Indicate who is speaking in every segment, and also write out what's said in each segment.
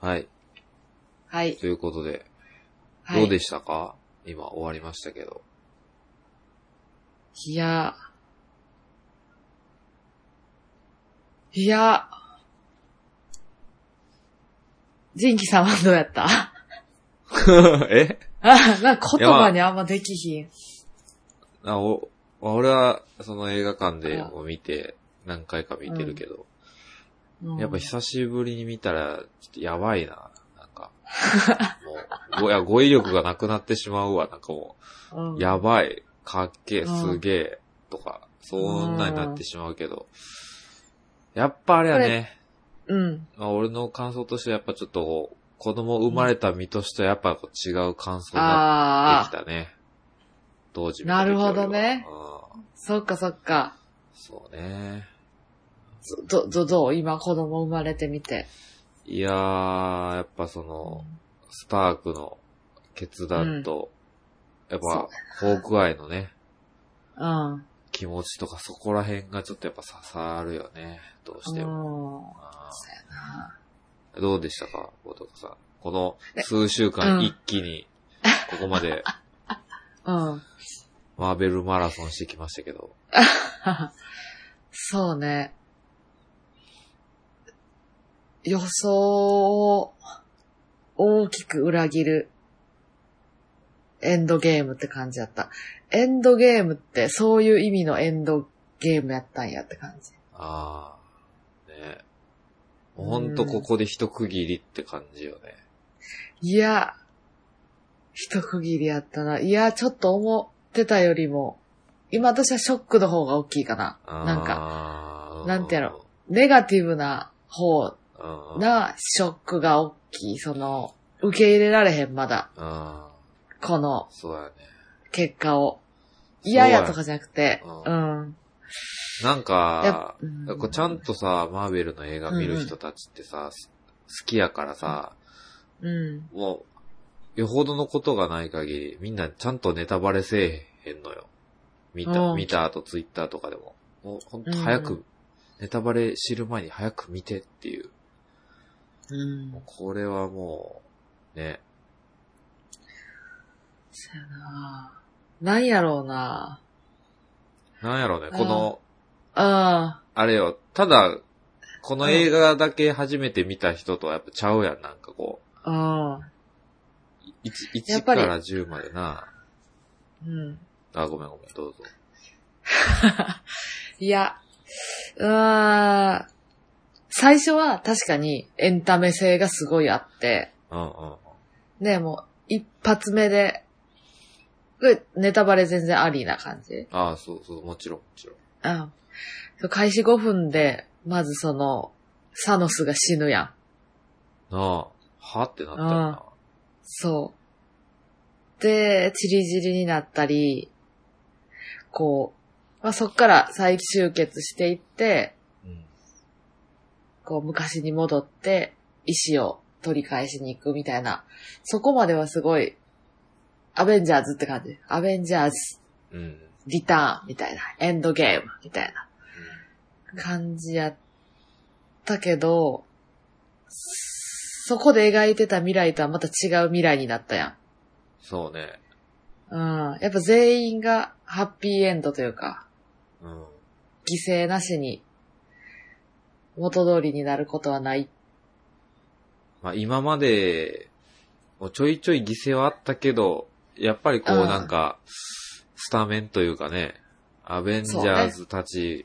Speaker 1: はい。
Speaker 2: はい。
Speaker 1: ということで、
Speaker 2: はい、
Speaker 1: どうでしたか、今終わりましたけ ど。
Speaker 2: いや。いや。ジンキさんはどうやった
Speaker 1: え
Speaker 2: あ、なんか言葉にあんまできひん。
Speaker 1: あお俺は、その映画館でも見て、何回か見てるけど、
Speaker 2: うん
Speaker 1: やっぱ久しぶりに見たら、ちょっとやばいな。なん か、もう、ごいや語彙力がなくなってしまうわ。なんかも
Speaker 2: うん
Speaker 1: う、やばい、かっけえ、
Speaker 2: うん
Speaker 1: すげえ、とか、そんなになってしまうけど、やっぱあれやね、
Speaker 2: うん。
Speaker 1: まあ、俺の感想としてはやっぱちょっとこう、子供生まれた身としてはやっぱこう違う感想になって
Speaker 2: あ
Speaker 1: きた
Speaker 2: あ、
Speaker 1: ね。当時見た時よりは
Speaker 2: なるほどね。
Speaker 1: うん
Speaker 2: そっかそっか。
Speaker 1: そうね。
Speaker 2: ど、ど、どう今子供生まれてみて。
Speaker 1: いやー、やっぱその、スタークの決断と、やっぱ、ホークアイのね、
Speaker 2: うん。うん
Speaker 1: 気持ちとかそこら辺がちょっとやっぱ刺さるよね。どうしても。あー
Speaker 2: そうやな
Speaker 1: どうでしたか、ボトコさん。この数週
Speaker 2: う
Speaker 1: 間
Speaker 2: ん
Speaker 1: 一気に、ここまで
Speaker 2: うん。
Speaker 1: マーベルマラソンしてきましたけど。
Speaker 2: そうね。予想を大きく裏切るエンドゲームって感じだった。エンドゲームってそういう意味のエンドゲームやったんやって感じ。
Speaker 1: ああ、ねもうほんとここで一区切りって感じよね。
Speaker 2: いや、一区切りやったな。いや、ちょっと思ってたよりも、今私はショックの方が大きいかな。なんか、
Speaker 1: か
Speaker 2: なんてやろネガティブな方
Speaker 1: ろな、
Speaker 2: なショックが大きい。その、受け入れられへん、まだ。
Speaker 1: うん、
Speaker 2: この
Speaker 1: そうやね。
Speaker 2: 結果を。
Speaker 1: そう
Speaker 2: 嫌やとかじゃなくて、
Speaker 1: う
Speaker 2: うん。
Speaker 1: なんか、
Speaker 2: うん
Speaker 1: こうちゃんとさ、マーベルの映画見る人たちってさ、す好きやからさ、
Speaker 2: うん。
Speaker 1: もう、よほどのことがない限り、みんなちゃんとネタバレせえへんのよ。見た、
Speaker 2: うん
Speaker 1: 見た後ツイッターとかでも。もうほんと早
Speaker 2: う
Speaker 1: く、ネタバレ知る前に早く見てっていう。
Speaker 2: うん
Speaker 1: もう。これはもう、ね、
Speaker 2: そやななんやろうな
Speaker 1: なんやろうね、
Speaker 2: うん
Speaker 1: この、
Speaker 2: あ
Speaker 1: あれよ、ただ、この映画だけ初めて見た人とはやっぱちゃうやん、なんかこ
Speaker 2: あ、
Speaker 1: う、1,
Speaker 2: やっ
Speaker 1: か
Speaker 2: ぱり
Speaker 1: ら10までな。
Speaker 2: うん。 うん。
Speaker 1: あ、ごめんごめん、どうぞ。
Speaker 2: いや、うーん。最初は確かにエンタメ性がすごいあって、
Speaker 1: うんうん。
Speaker 2: ね、もう一発目で、これネタバレ全然ありな感じ。
Speaker 1: ああ、そうそう、もちろん、もちろん。
Speaker 2: うん。開始5分で、まずその、サノスが死ぬやん。
Speaker 1: なあ、はってなったよな。
Speaker 2: そう。で、チリジリになったり、こう、まあ、そっから再集結していって、
Speaker 1: うん。
Speaker 2: こう昔に戻って、石を取り返しに行くみたいな、そこまではすごい、アベンジャーズって感じ。アベンジャーズ、
Speaker 1: うん。うん
Speaker 2: リターンみたいな、エンドゲームみたいな感じやったけど、そこで描いてた未来とはまた違う未来になったやん。
Speaker 1: そうね。
Speaker 2: うん。やっぱ全員がハッピーエンドというか、
Speaker 1: うん。
Speaker 2: 犠牲なしに元通りになることはない。
Speaker 1: まあ今まで、もうちょいちょい犠牲はあったけど、やっぱりこう
Speaker 2: うん
Speaker 1: なんか、スタメンというかね、アベンジャーズたち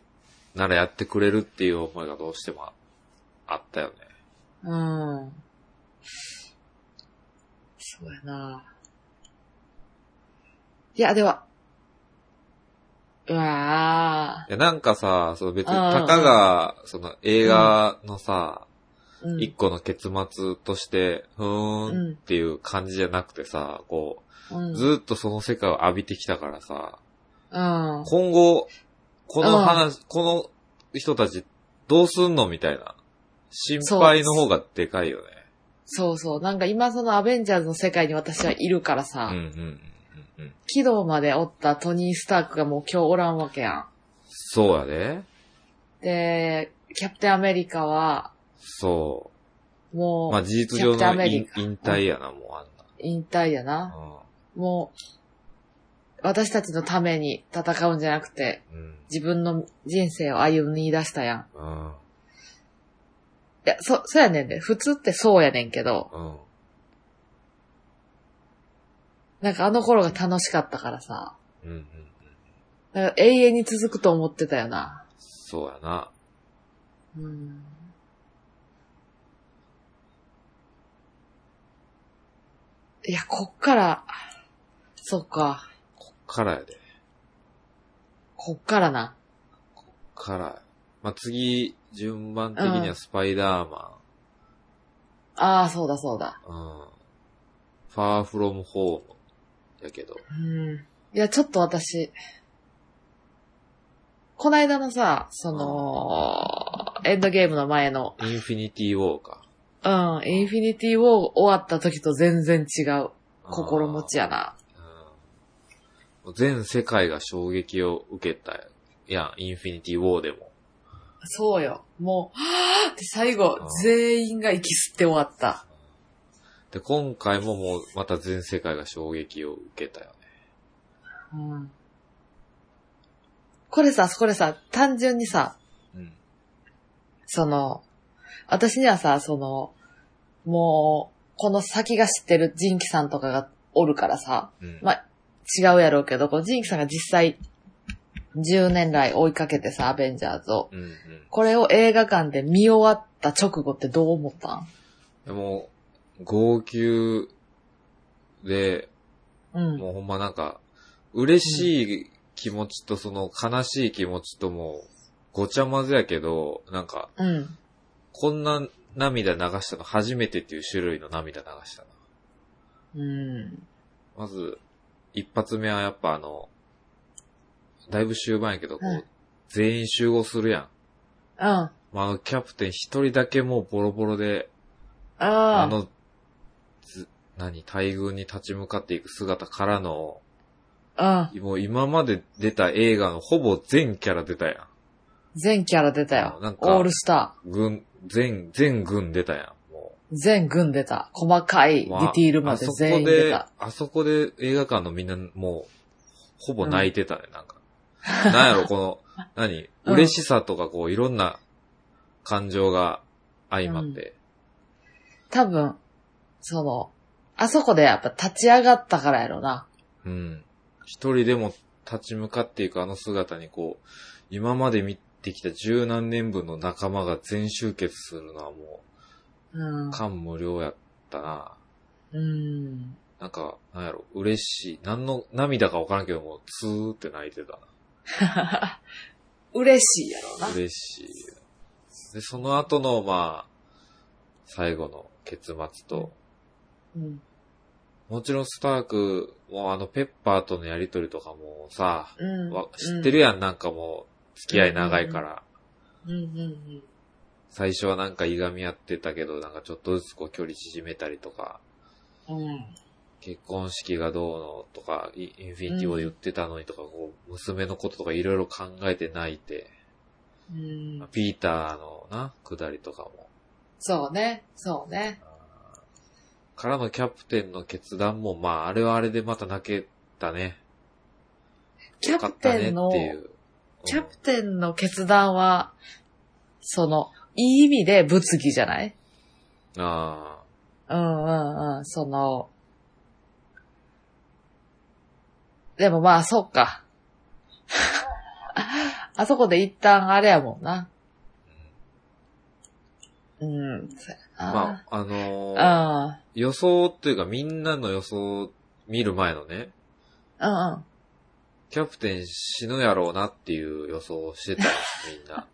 Speaker 1: ならやってくれるっていう思いがどうしてもあったよね。
Speaker 2: うん。そうやな。いや、では。うわ
Speaker 1: いやなんかさ、その別に、
Speaker 2: うん
Speaker 1: たかが、その映画のさ、
Speaker 2: ぁ。うん
Speaker 1: 一個の結末として、ふー
Speaker 2: うん
Speaker 1: んっていう感じじゃなくてさ、こ
Speaker 2: うん
Speaker 1: う、ずーっとその世界を浴びてきたからさ、
Speaker 2: うん。
Speaker 1: 今後、この
Speaker 2: うん
Speaker 1: 話、この人たちどうすんのみたいな。心配の方がでかいよね。
Speaker 2: そうそう。なんか今そのアベンジャーズの世界に私はいるから
Speaker 1: うん
Speaker 2: さ、
Speaker 1: うんうんうん。
Speaker 2: 軌道までおったトニー・スタークがもう今日おらんわけや
Speaker 1: そうやで。
Speaker 2: ん。で、キャプテンアメリカは、
Speaker 1: そ
Speaker 2: もう、
Speaker 1: まあ事実上
Speaker 2: キャプテンア
Speaker 1: の
Speaker 2: メ
Speaker 1: 引
Speaker 2: リカ
Speaker 1: 引退やな、もうあんな。
Speaker 2: 引退やな。もう、私たちのために戦うんじゃなくて、
Speaker 1: うん。うん。
Speaker 2: 自分の人生を歩み出したやん。
Speaker 1: うん。
Speaker 2: いや、そ、そうやねんで。普通ってそうやねんけど、
Speaker 1: うん。
Speaker 2: なんかあの頃が楽しかったからさ、
Speaker 1: うん。うん。
Speaker 2: なんか永遠に続くと思ってたよな。
Speaker 1: そうやな。
Speaker 2: うん。いや、こっから、そっか、
Speaker 1: からやで。
Speaker 2: こっからな。
Speaker 1: から。まあ、次、順番的に
Speaker 2: う
Speaker 1: は
Speaker 2: ん
Speaker 1: スパイダーマ
Speaker 2: ああ、そうだそうだ。
Speaker 1: ン。うん。ファーフロムホーム。やけど。
Speaker 2: うん。いや、ちょっと私、こないだのさ、その、エンドゲームの前の、
Speaker 1: インフィニティウォーカ
Speaker 2: うん、インフィニティウォー終わった時と全然違う
Speaker 1: ー。
Speaker 2: 心持ちやな。
Speaker 1: うん。全世界が衝撃を受けたやん。インフィニティウォーでも。
Speaker 2: そうよ。もう、はぁーって最後
Speaker 1: うん、
Speaker 2: 全員が息吸って終わった。
Speaker 1: で、今回ももうまた全世界が衝撃を受けたよね。
Speaker 2: うん。これさ、これさ、単純にさ、
Speaker 1: うん。
Speaker 2: その、私にはさ、その、もう、この先が知ってるジンキさんとかがおるからさ、
Speaker 1: うん。
Speaker 2: まあ、違うやろうけど、このジンキさんが実際、10年来追いかけてさ、アベンジャーズを。
Speaker 1: うんうん。
Speaker 2: これを映画館で見終わった直後ってどう思ったん
Speaker 1: でも、号泣で、
Speaker 2: うん。
Speaker 1: もうほんまなんか、嬉しい気持ちとその悲しい気持ちともう、ごちゃ混ぜやけど、なんか、
Speaker 2: うん。
Speaker 1: こんな涙流したの初めてっていう種類の涙流したな。
Speaker 2: うん。
Speaker 1: まず、一発目はやっぱあの、だいぶ終盤やけど、こ
Speaker 2: う、
Speaker 1: うん全員集合するやん。
Speaker 2: うん。
Speaker 1: まああの、キャプテン一人だけもうボロボロで、
Speaker 2: あ
Speaker 1: あの、ず何、大群に立ち向かっていく姿からの、
Speaker 2: あ、うん。
Speaker 1: もう今まで出た映画のほぼ全キャラ出たや
Speaker 2: 全キャラ出たよ
Speaker 1: なん。か
Speaker 2: オールスタ
Speaker 1: ん。軍、全、全軍出たやん。も。
Speaker 2: ー。全軍出た。細かいうデ
Speaker 1: まあ
Speaker 2: ィティールまで全員出た。
Speaker 1: あそこで、あそこで映画館のみんなもう、ほぼ泣いてたね、なんか。なんやろ、この、何
Speaker 2: うん
Speaker 1: 嬉しさとかこう、いろんな感情が相まって。
Speaker 2: 多分、その、あそこでやっぱ立ち上がったからやろな。
Speaker 1: うん。一人でも立ち向かっていくあの姿にこう、今まで見てきた十何年分の仲間が全集結するのはも
Speaker 2: うん
Speaker 1: う、。感無量やったな。
Speaker 2: うん。
Speaker 1: なんか、なんやろ、嬉しい。何の涙かわからんけども、ツーって泣いてた
Speaker 2: 嬉しいやろ
Speaker 1: な。
Speaker 2: な。
Speaker 1: 嬉しい。で、その後の、まあ、最後の結末と、
Speaker 2: うん。
Speaker 1: もちろんスタークもあのペッパーとのやりとりとかもさ、
Speaker 2: うん。
Speaker 1: わ知ってるやん、なんかもう、付き合い長いから。
Speaker 2: うんうんうん。
Speaker 1: 最初はなんかいがみ合ってたけど、なんかちょっとずつこう距離縮めたりとか、
Speaker 2: うん。
Speaker 1: 結婚式がどうのとか、イインフィニティを言ってたのにとか、こう、娘のこととかいろいろ考えて泣いて、
Speaker 2: うん。
Speaker 1: ピーターのな、下りとかも。
Speaker 2: そうね。そうね。
Speaker 1: からのキャプテンの決断も、まあ、あれはあれでまた泣けたね。
Speaker 2: キャプテンの
Speaker 1: よかったねっていう。
Speaker 2: キャプテンの決断は、その、いい意味で物議じゃない
Speaker 1: うんあ
Speaker 2: うんうんうん、その、でもまあ、そうか。 あそこで一旦あれやもんな。うん、そう
Speaker 1: あ。ま
Speaker 2: やな
Speaker 1: あ、あのー
Speaker 2: あ
Speaker 1: 予想っていうかみんなの予想見る前のね、
Speaker 2: うん、うん
Speaker 1: キャプテン死ぬやろうなっていう予想をしてたよ、みん な。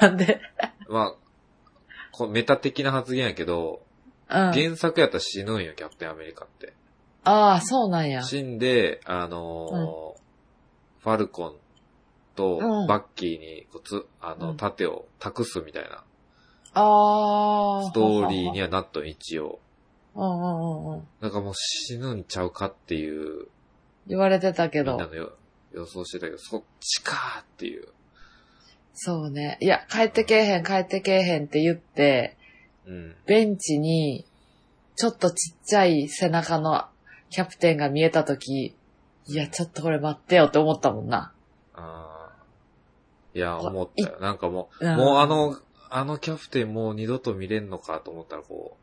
Speaker 2: うん。なんで、
Speaker 1: まあ、こうメタ的な発言やけど、
Speaker 2: うん。
Speaker 1: 原作やったら死ぬんよ、キャプテンアメリカって。
Speaker 2: ああ、そうなんや。
Speaker 1: 死んで、あのーファルコン
Speaker 2: う
Speaker 1: と
Speaker 2: ん
Speaker 1: バッキーにこうつ、あ
Speaker 2: う
Speaker 1: の、
Speaker 2: ん
Speaker 1: 盾を託すみたいな、
Speaker 2: ああ。
Speaker 1: ストーリーにはなっとん一応。
Speaker 2: うんうんうんうん。
Speaker 1: なんかもう死ぬんちゃうかっていう
Speaker 2: 言われてたけ
Speaker 1: みんな
Speaker 2: ど。
Speaker 1: のよ予想してたけど、そっちかーっていう。
Speaker 2: そうね。いや、帰ってけえへん、帰ってけえへんって言って、
Speaker 1: うん。
Speaker 2: ベンチに、ちょっとちっちゃい背中のキャプテンが見えたとき、いや、ちょっとこれ待ってよって思ったもんな。
Speaker 1: ああ。いや、思ったよ。なんかも
Speaker 2: う
Speaker 1: う、
Speaker 2: ん
Speaker 1: もうあの、あのキャプテンもう二度と見れんのかと思ったらこ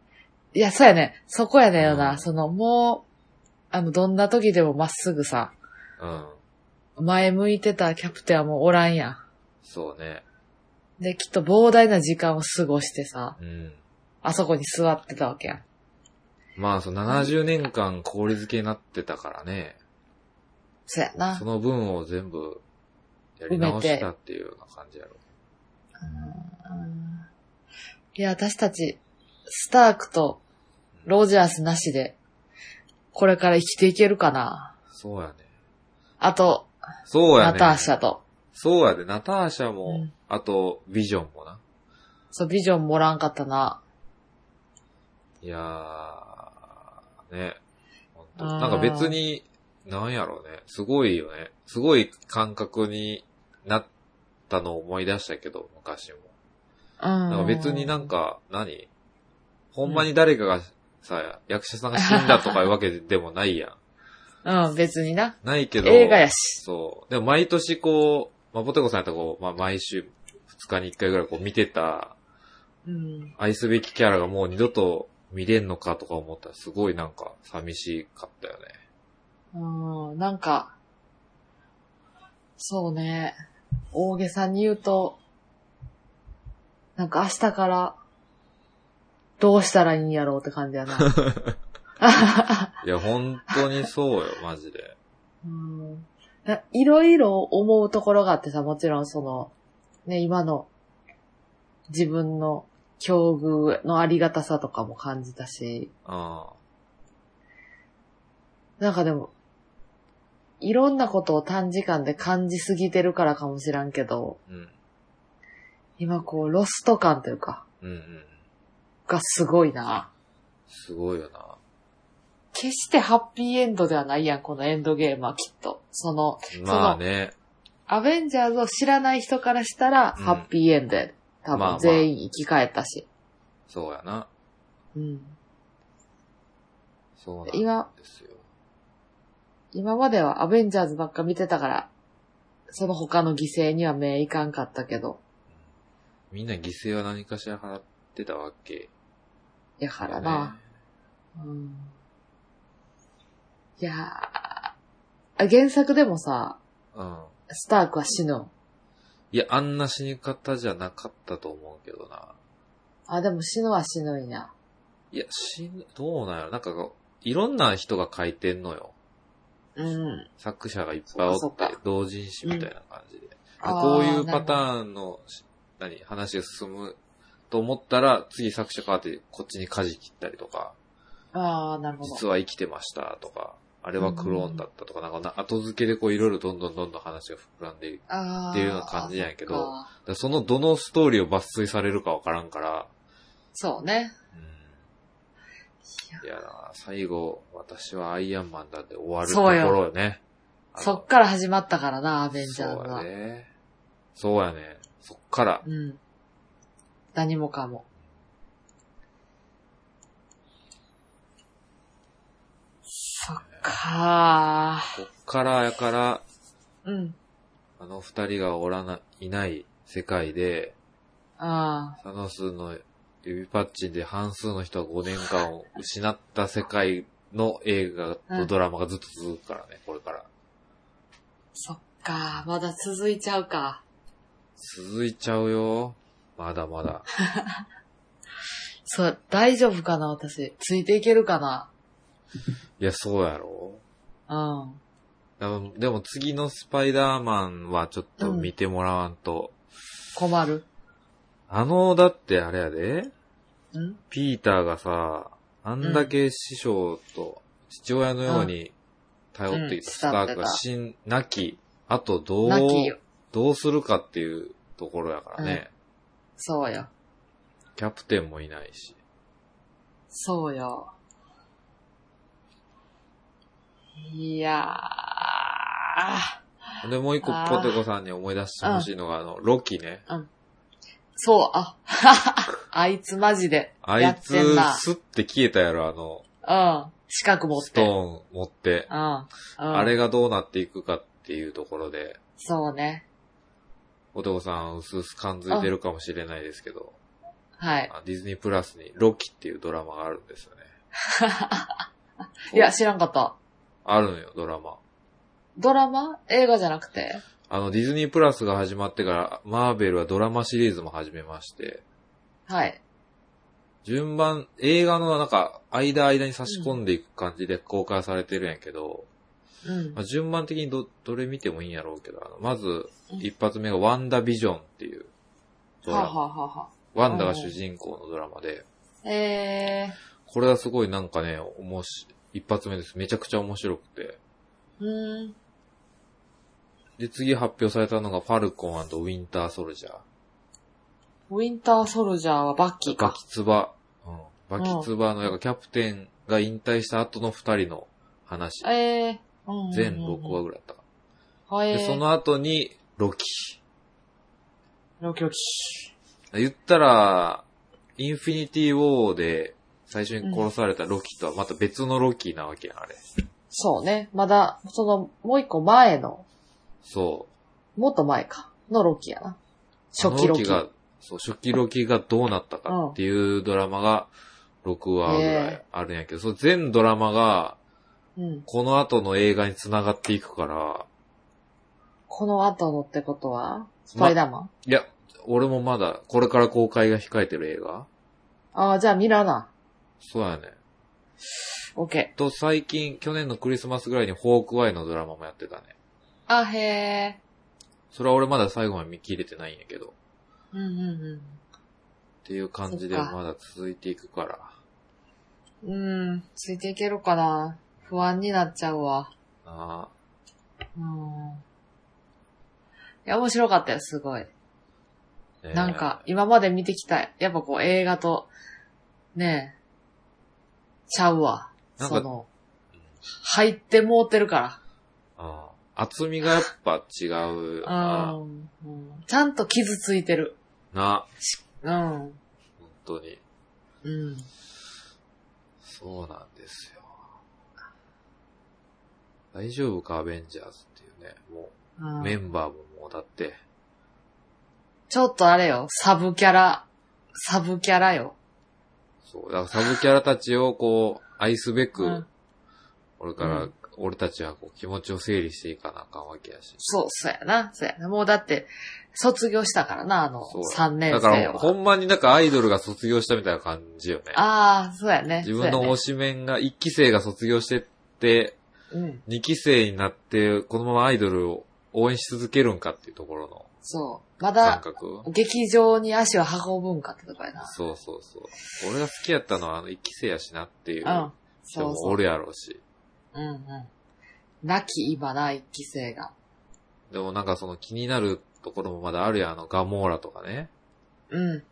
Speaker 2: いや、そうやね。そこやねんよな。
Speaker 1: うん
Speaker 2: その、もう、あの、どんな時でもまっすぐさ、
Speaker 1: う、うん。
Speaker 2: 前向いてたキャプテンはもうおらんや
Speaker 1: そうね。
Speaker 2: ん。で、きっと膨大な時間を過ごしてさ、
Speaker 1: うん。
Speaker 2: あそこに座ってたわけやん。
Speaker 1: まあ、その70年間氷漬けになってたからね。
Speaker 2: そうやな
Speaker 1: そ。の分を全部、やり直したっていうような感じやろ。
Speaker 2: うんいや、私たち、スタークとロジャースなしで、これから生きていけるかな。
Speaker 1: そうやね。
Speaker 2: あと、
Speaker 1: そうやね。
Speaker 2: ナターシャと。
Speaker 1: そうやで、ナターシャも、
Speaker 2: うん
Speaker 1: あと、ビジョンもな。
Speaker 2: そう、ビジョンもらんかったな。
Speaker 1: いやー、ね。本当
Speaker 2: あー
Speaker 1: なんか別に、なんやろうね。すごいよね。すごい感覚になったのを思い出したけど、昔も。
Speaker 2: うん。
Speaker 1: なんか別になんか、何ほんまに誰かがさ、役者さんが死んだとかいうわけでもないやん。
Speaker 2: うん、別にな。
Speaker 1: ないけど。
Speaker 2: 映画やし。
Speaker 1: そう。でも毎年こう、まあ、ポテコさんやったらこう、まあ、毎週2日に1回ぐらいこう見てた、
Speaker 2: うん。
Speaker 1: 愛すべきキャラがもう二度と見れんのかとか思ったらすごいなんか寂しかったよね。
Speaker 2: うん、なんか、そうね。大げさに言うと、なんか明日から、どうしたらいいんやろうって感 じやな。
Speaker 1: いや、本当にそう よ、マジで。
Speaker 2: うんないろいろ思うところがあってさ、もちろんその、ね、今の自分の境遇のありがたさとかも感じたし、
Speaker 1: あ
Speaker 2: なんかでも、いろんなことを短時間で感じすぎてるからかもしらんけど、
Speaker 1: あ、うん。
Speaker 2: 今こう、ロスト感というか、
Speaker 1: うんうん。
Speaker 2: がすごいな。
Speaker 1: すごいよな。
Speaker 2: 決してハッピーエンドではないやん、このエンドゲームはきっと。その、
Speaker 1: まあね。
Speaker 2: アベンジャーズを知らない人からしたら、
Speaker 1: うん
Speaker 2: ハッピーエンドやで。多
Speaker 1: まあまあ
Speaker 2: 分全員生き返ったし。
Speaker 1: そうやな。
Speaker 2: うん。
Speaker 1: そうなん
Speaker 2: 今、
Speaker 1: ですよ。
Speaker 2: 今まではアベンジャーズばっか見てたから、その他の犠牲には目いかんかったけど、
Speaker 1: みんな犠牲は何かしら払ってたわけ。
Speaker 2: やからな。うん。いやー、原作でもさ、
Speaker 1: うん。
Speaker 2: スタークは死ぬん。
Speaker 1: いや、あんな死に方じゃなかったと思うけどな。
Speaker 2: あ、でも死ぬは死ぬんや。
Speaker 1: いや、死ぬ、どうなんやろなんかこう、いろんな人が書いてんのよ。
Speaker 2: うん。
Speaker 1: 作者がいっぱいお
Speaker 2: そっ
Speaker 1: っ
Speaker 2: か
Speaker 1: て
Speaker 2: そっか、
Speaker 1: 同人誌みたいな感じで。
Speaker 2: あー
Speaker 1: こういうパターンの、何、話が進むと思ったら、次作者変わって、こっちに舵切ったりとか、
Speaker 2: あー、なるほ
Speaker 1: 実
Speaker 2: ど。
Speaker 1: は生きてましたとか、あれはクローンだったとか、なんかな後付けでこういろいろどんどんどんどん話が膨らんでいる。
Speaker 2: あー
Speaker 1: っていうような感じなんやけど
Speaker 2: そっか
Speaker 1: だからそのどのストーリーを抜粋されるかわからんから、
Speaker 2: そうね。
Speaker 1: うんいやな、最後、私はアイアンマンだって終わると
Speaker 2: そうよ
Speaker 1: ころよね。あの
Speaker 2: そっから始まったからな、アベンジャーズ
Speaker 1: そうや
Speaker 2: は。
Speaker 1: ね。そうやね。そっから。
Speaker 2: うん。何もかも。そっか
Speaker 1: こっからやから、
Speaker 2: ー。うん。
Speaker 1: あの二人がおらな、いない世界で、
Speaker 2: あ
Speaker 1: サノスの指パッチンで半数の人は5年間を失った世界の映画とドラマがずっと続くからね、これから。
Speaker 2: あ、そっかー。まだ続いちゃうか。
Speaker 1: 続いちゃうよ。まだまだ。
Speaker 2: そう、大丈夫かな、私。ついていけるかな。
Speaker 1: いや、そうやろ
Speaker 2: うん。
Speaker 1: だからでも次のスパイダーマンはちょっと見てもらわんと。
Speaker 2: 困る。
Speaker 1: あの、だってあれやで、
Speaker 2: うん
Speaker 1: ピーターがさ、あんだけ師匠と父親のように頼っていたスタークが死ん、なき、あとどう
Speaker 2: な、きよ。
Speaker 1: どうするかっていうところやからね。
Speaker 2: そうよ。
Speaker 1: キャプテンもいないし。
Speaker 2: そうよ。いやー。
Speaker 1: で、もう一個
Speaker 2: あー
Speaker 1: ポテコさんに思い出してほしいのが、あの、ロキね。
Speaker 2: そう、あ、 あいつマジで。
Speaker 1: あ
Speaker 2: や
Speaker 1: い
Speaker 2: ってん
Speaker 1: つ
Speaker 2: な、
Speaker 1: スッて消えたやろ、あの、
Speaker 2: うん。資格持っ
Speaker 1: ス
Speaker 2: て。
Speaker 1: トー
Speaker 2: う
Speaker 1: ン
Speaker 2: ん。
Speaker 1: 持って。
Speaker 2: うん。
Speaker 1: あ
Speaker 2: あ
Speaker 1: れがどうなっていくかっていうところで、
Speaker 2: そうね。
Speaker 1: お父さん、うすうす感づいてるかもしれないですけど、
Speaker 2: はい。
Speaker 1: あディズニープラスにロキっていうドラマがあるんですよね。
Speaker 2: いや、知らんかった。
Speaker 1: あるのよ、ドラマ。
Speaker 2: ドラマ映画じゃなくて
Speaker 1: あの、ディズニープラスが始まってから、マーベルはドラマシリーズも始めまして、
Speaker 2: はい。
Speaker 1: 順番、映画のなんか、間間に差し込んでいく感じで公開されてるんやけど、
Speaker 2: うん
Speaker 1: ま。あ、順番的にど、どれ見てもいいんやろうけど、あのまず、一発目がワンダビジョンっていうド
Speaker 2: はあ、
Speaker 1: ラ
Speaker 2: は
Speaker 1: マ。
Speaker 2: あはあは
Speaker 1: ワンダが主人公のドラマで、
Speaker 2: あ、え
Speaker 1: これはすごいなんかね、おもし、一発目です。めちゃくちゃ面白くて。
Speaker 2: ー、うーん。
Speaker 1: で、次発表されたのが、ファルコンウィンターソルジャー。
Speaker 2: ウィンターソルジャーはバッキー
Speaker 1: バ
Speaker 2: か。
Speaker 1: キツバ。うん。バキツバの、やっぱキャプテンが引退した後の二人の話。
Speaker 2: えー、うんうんうん。
Speaker 1: 全6話ぐらいだったか
Speaker 2: は
Speaker 1: な。
Speaker 2: い。
Speaker 1: で、そ、の後に、ロキ。
Speaker 2: ロキロキ。
Speaker 1: 言ったら、インフィニティウォーで最初に殺されたロキとはまた別のロキなわけやん、あれ。
Speaker 2: そうね。まだ、その、もう一個前の、
Speaker 1: そう。
Speaker 2: もっと前か。のロキやな。初期ロキ。
Speaker 1: あのが、そう、初期ロキがどうなったかっていうドラマが6話ぐらいあるんやけど、そう全ドラマが
Speaker 2: うん。
Speaker 1: この後の映画に繋がっていくから、
Speaker 2: この後のってことは、スパイダーマン、
Speaker 1: いや、俺もまだこれから公開が控えてる映画
Speaker 2: ああ、じゃあ見らな。
Speaker 1: そうやね。
Speaker 2: オッケ
Speaker 1: と、最近、去年のクリスマスぐらいにホークアイのドラマもやってたね。
Speaker 2: ー。あ、へえ。
Speaker 1: それは俺まだ最後まで見切れてないんやけど。
Speaker 2: うんうん
Speaker 1: っていう感じで
Speaker 2: そっか
Speaker 1: まだ続いていくから。
Speaker 2: うん。うん、ついていけるかな。不安になっちゃうわ。
Speaker 1: あ
Speaker 2: うん。いや、面白かったよ、すごい。
Speaker 1: ーねえ
Speaker 2: なんか、今まで見てきた、やっぱこう映画と、ねえ、ちゃうわ。
Speaker 1: なん
Speaker 2: そ
Speaker 1: か
Speaker 2: の、入ってもうてるか
Speaker 1: あー厚みがやっぱ違うよ
Speaker 2: ら。
Speaker 1: な。
Speaker 2: うん。うんちゃんと傷ついてる。
Speaker 1: な、
Speaker 2: うん。
Speaker 1: 本当に。
Speaker 2: うん。
Speaker 1: そうなんですよ。大丈夫か、アベンジャーズっていうね。も
Speaker 2: う
Speaker 1: う、
Speaker 2: ん
Speaker 1: メンバーももうだって、
Speaker 2: ちょっとあれよ、サブキャラ、サブキャラよ。
Speaker 1: そう、だからサブキャラたちをこう、愛すべく、
Speaker 2: うん
Speaker 1: 俺から、
Speaker 2: うん
Speaker 1: 俺たちはこう気持ちを整理していかなあかんわけやし。
Speaker 2: そう、そうやな、そうやな。もうだって、卒業したからな、あの
Speaker 1: そう、
Speaker 2: 3年
Speaker 1: だから
Speaker 2: 生
Speaker 1: ほ
Speaker 2: は。
Speaker 1: んまになんかアイドルが卒業したみたいな感じよね。
Speaker 2: ああ、そうやね。
Speaker 1: 自分の
Speaker 2: そう
Speaker 1: 推しメンが1期生が卒業してって、
Speaker 2: やね、うん。
Speaker 1: 2期生になって、このままアイドルを応援し続けるんかっていうところの
Speaker 2: そう。ま
Speaker 1: 感
Speaker 2: だ、
Speaker 1: 覚。
Speaker 2: 劇場に足を運ぶんかってとこやな。
Speaker 1: そうそうそう。俺が好きやったのはあの1期生やしなっていう
Speaker 2: うん。
Speaker 1: 人
Speaker 2: そう
Speaker 1: も
Speaker 2: そ
Speaker 1: お
Speaker 2: う。
Speaker 1: るやろうし。
Speaker 2: うんうん。亡き今な、一期生が。
Speaker 1: でもなんかその気になるところもまだあるやん、あのガモーラとかね。
Speaker 2: うん。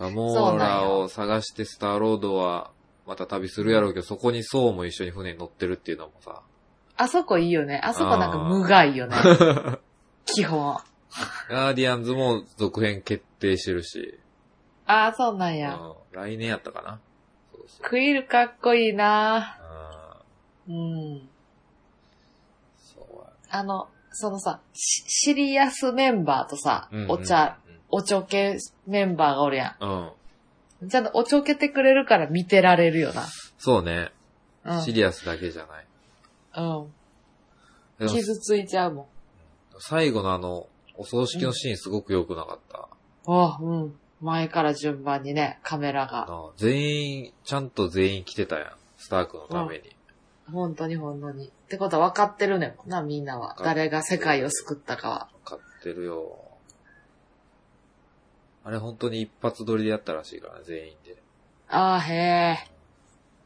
Speaker 1: ガモーラを探してスターロードはまた旅するやろうけど、そこにソウも一緒に船に乗ってるっていうのもさ、
Speaker 2: あそこいいよね。あそこなんか
Speaker 1: あー
Speaker 2: 無害 よね。基本。あ
Speaker 1: ガーディアンズも続編決定してるし、
Speaker 2: あ、そうなん
Speaker 1: う
Speaker 2: や。
Speaker 1: ん、来年やったかな。そうそう
Speaker 2: クイルかっこいいな。
Speaker 1: あー
Speaker 2: うん。
Speaker 1: そうや
Speaker 2: あの、そのさ、シシリアスメンバーとさ、
Speaker 1: うんうん
Speaker 2: お茶、。おちょけメンバーがおるや
Speaker 1: うん。うん
Speaker 2: ん。ちゃんとおちょけてくれるから見てられるよ
Speaker 1: そうね。
Speaker 2: な。うん。
Speaker 1: シリアスだけじゃない。
Speaker 2: う
Speaker 1: で
Speaker 2: ん。
Speaker 1: も
Speaker 2: 傷ついちゃうもん。
Speaker 1: 最後のあの、お葬式のシーンすごく良くなかった。
Speaker 2: ああ、うん。前から順番にね、カメラ
Speaker 1: な
Speaker 2: が。
Speaker 1: あ全員、ちゃんと全員来てたやん。スタークのために。
Speaker 2: 本当に本当に。ってことは分かってるねんもんな、みんな
Speaker 1: か
Speaker 2: は。
Speaker 1: ってる
Speaker 2: 誰が世界を救ったかは。
Speaker 1: 買ってるよ。あれ本当に一発撮りでやったらしいからね、全員で。
Speaker 2: ああ、へえ。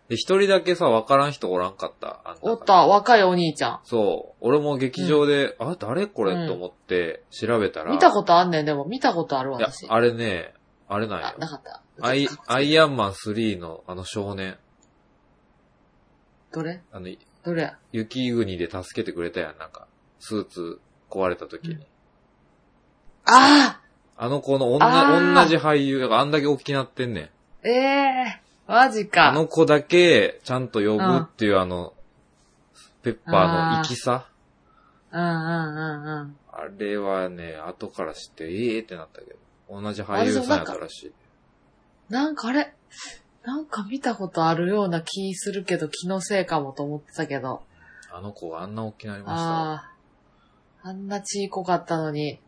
Speaker 1: で、一人だけさ、わからん人おらんかった。あん中に
Speaker 2: おった、若いお兄ちゃ
Speaker 1: そう。俺も劇場で、あ、誰これ、
Speaker 2: うん
Speaker 1: と思って調べた
Speaker 2: ん。
Speaker 1: ら。
Speaker 2: 見たことあんねん、でも見たことあるわ、
Speaker 1: いや
Speaker 2: 私。、
Speaker 1: あれね、あれなん
Speaker 2: あ
Speaker 1: よ、。
Speaker 2: なかった。
Speaker 1: アイ、アイアンマン3のあの少年。
Speaker 2: どれ
Speaker 1: あの、
Speaker 2: どれや
Speaker 1: 雪国で助けてくれたやん、なんか。スーツ壊れた時に。
Speaker 2: ああ
Speaker 1: あの子の
Speaker 2: あー
Speaker 1: 女、同じ俳優だからあんだけ大きなってんねん。
Speaker 2: ええマジ
Speaker 1: あ
Speaker 2: か。
Speaker 1: の子だけちゃんと呼ぶっていうあの、ペッパーの粋さ
Speaker 2: うんうんうんうん。
Speaker 1: あれはね、後から知って、ええってなったけど。同じ俳優さんやったらしい。
Speaker 2: なんかあれ、なんか見たことあるような気するけど、気のせいかもと思ってたけど。
Speaker 1: あの子があんな大きなりましたわ。
Speaker 2: ああ。あんなちいこかったのに。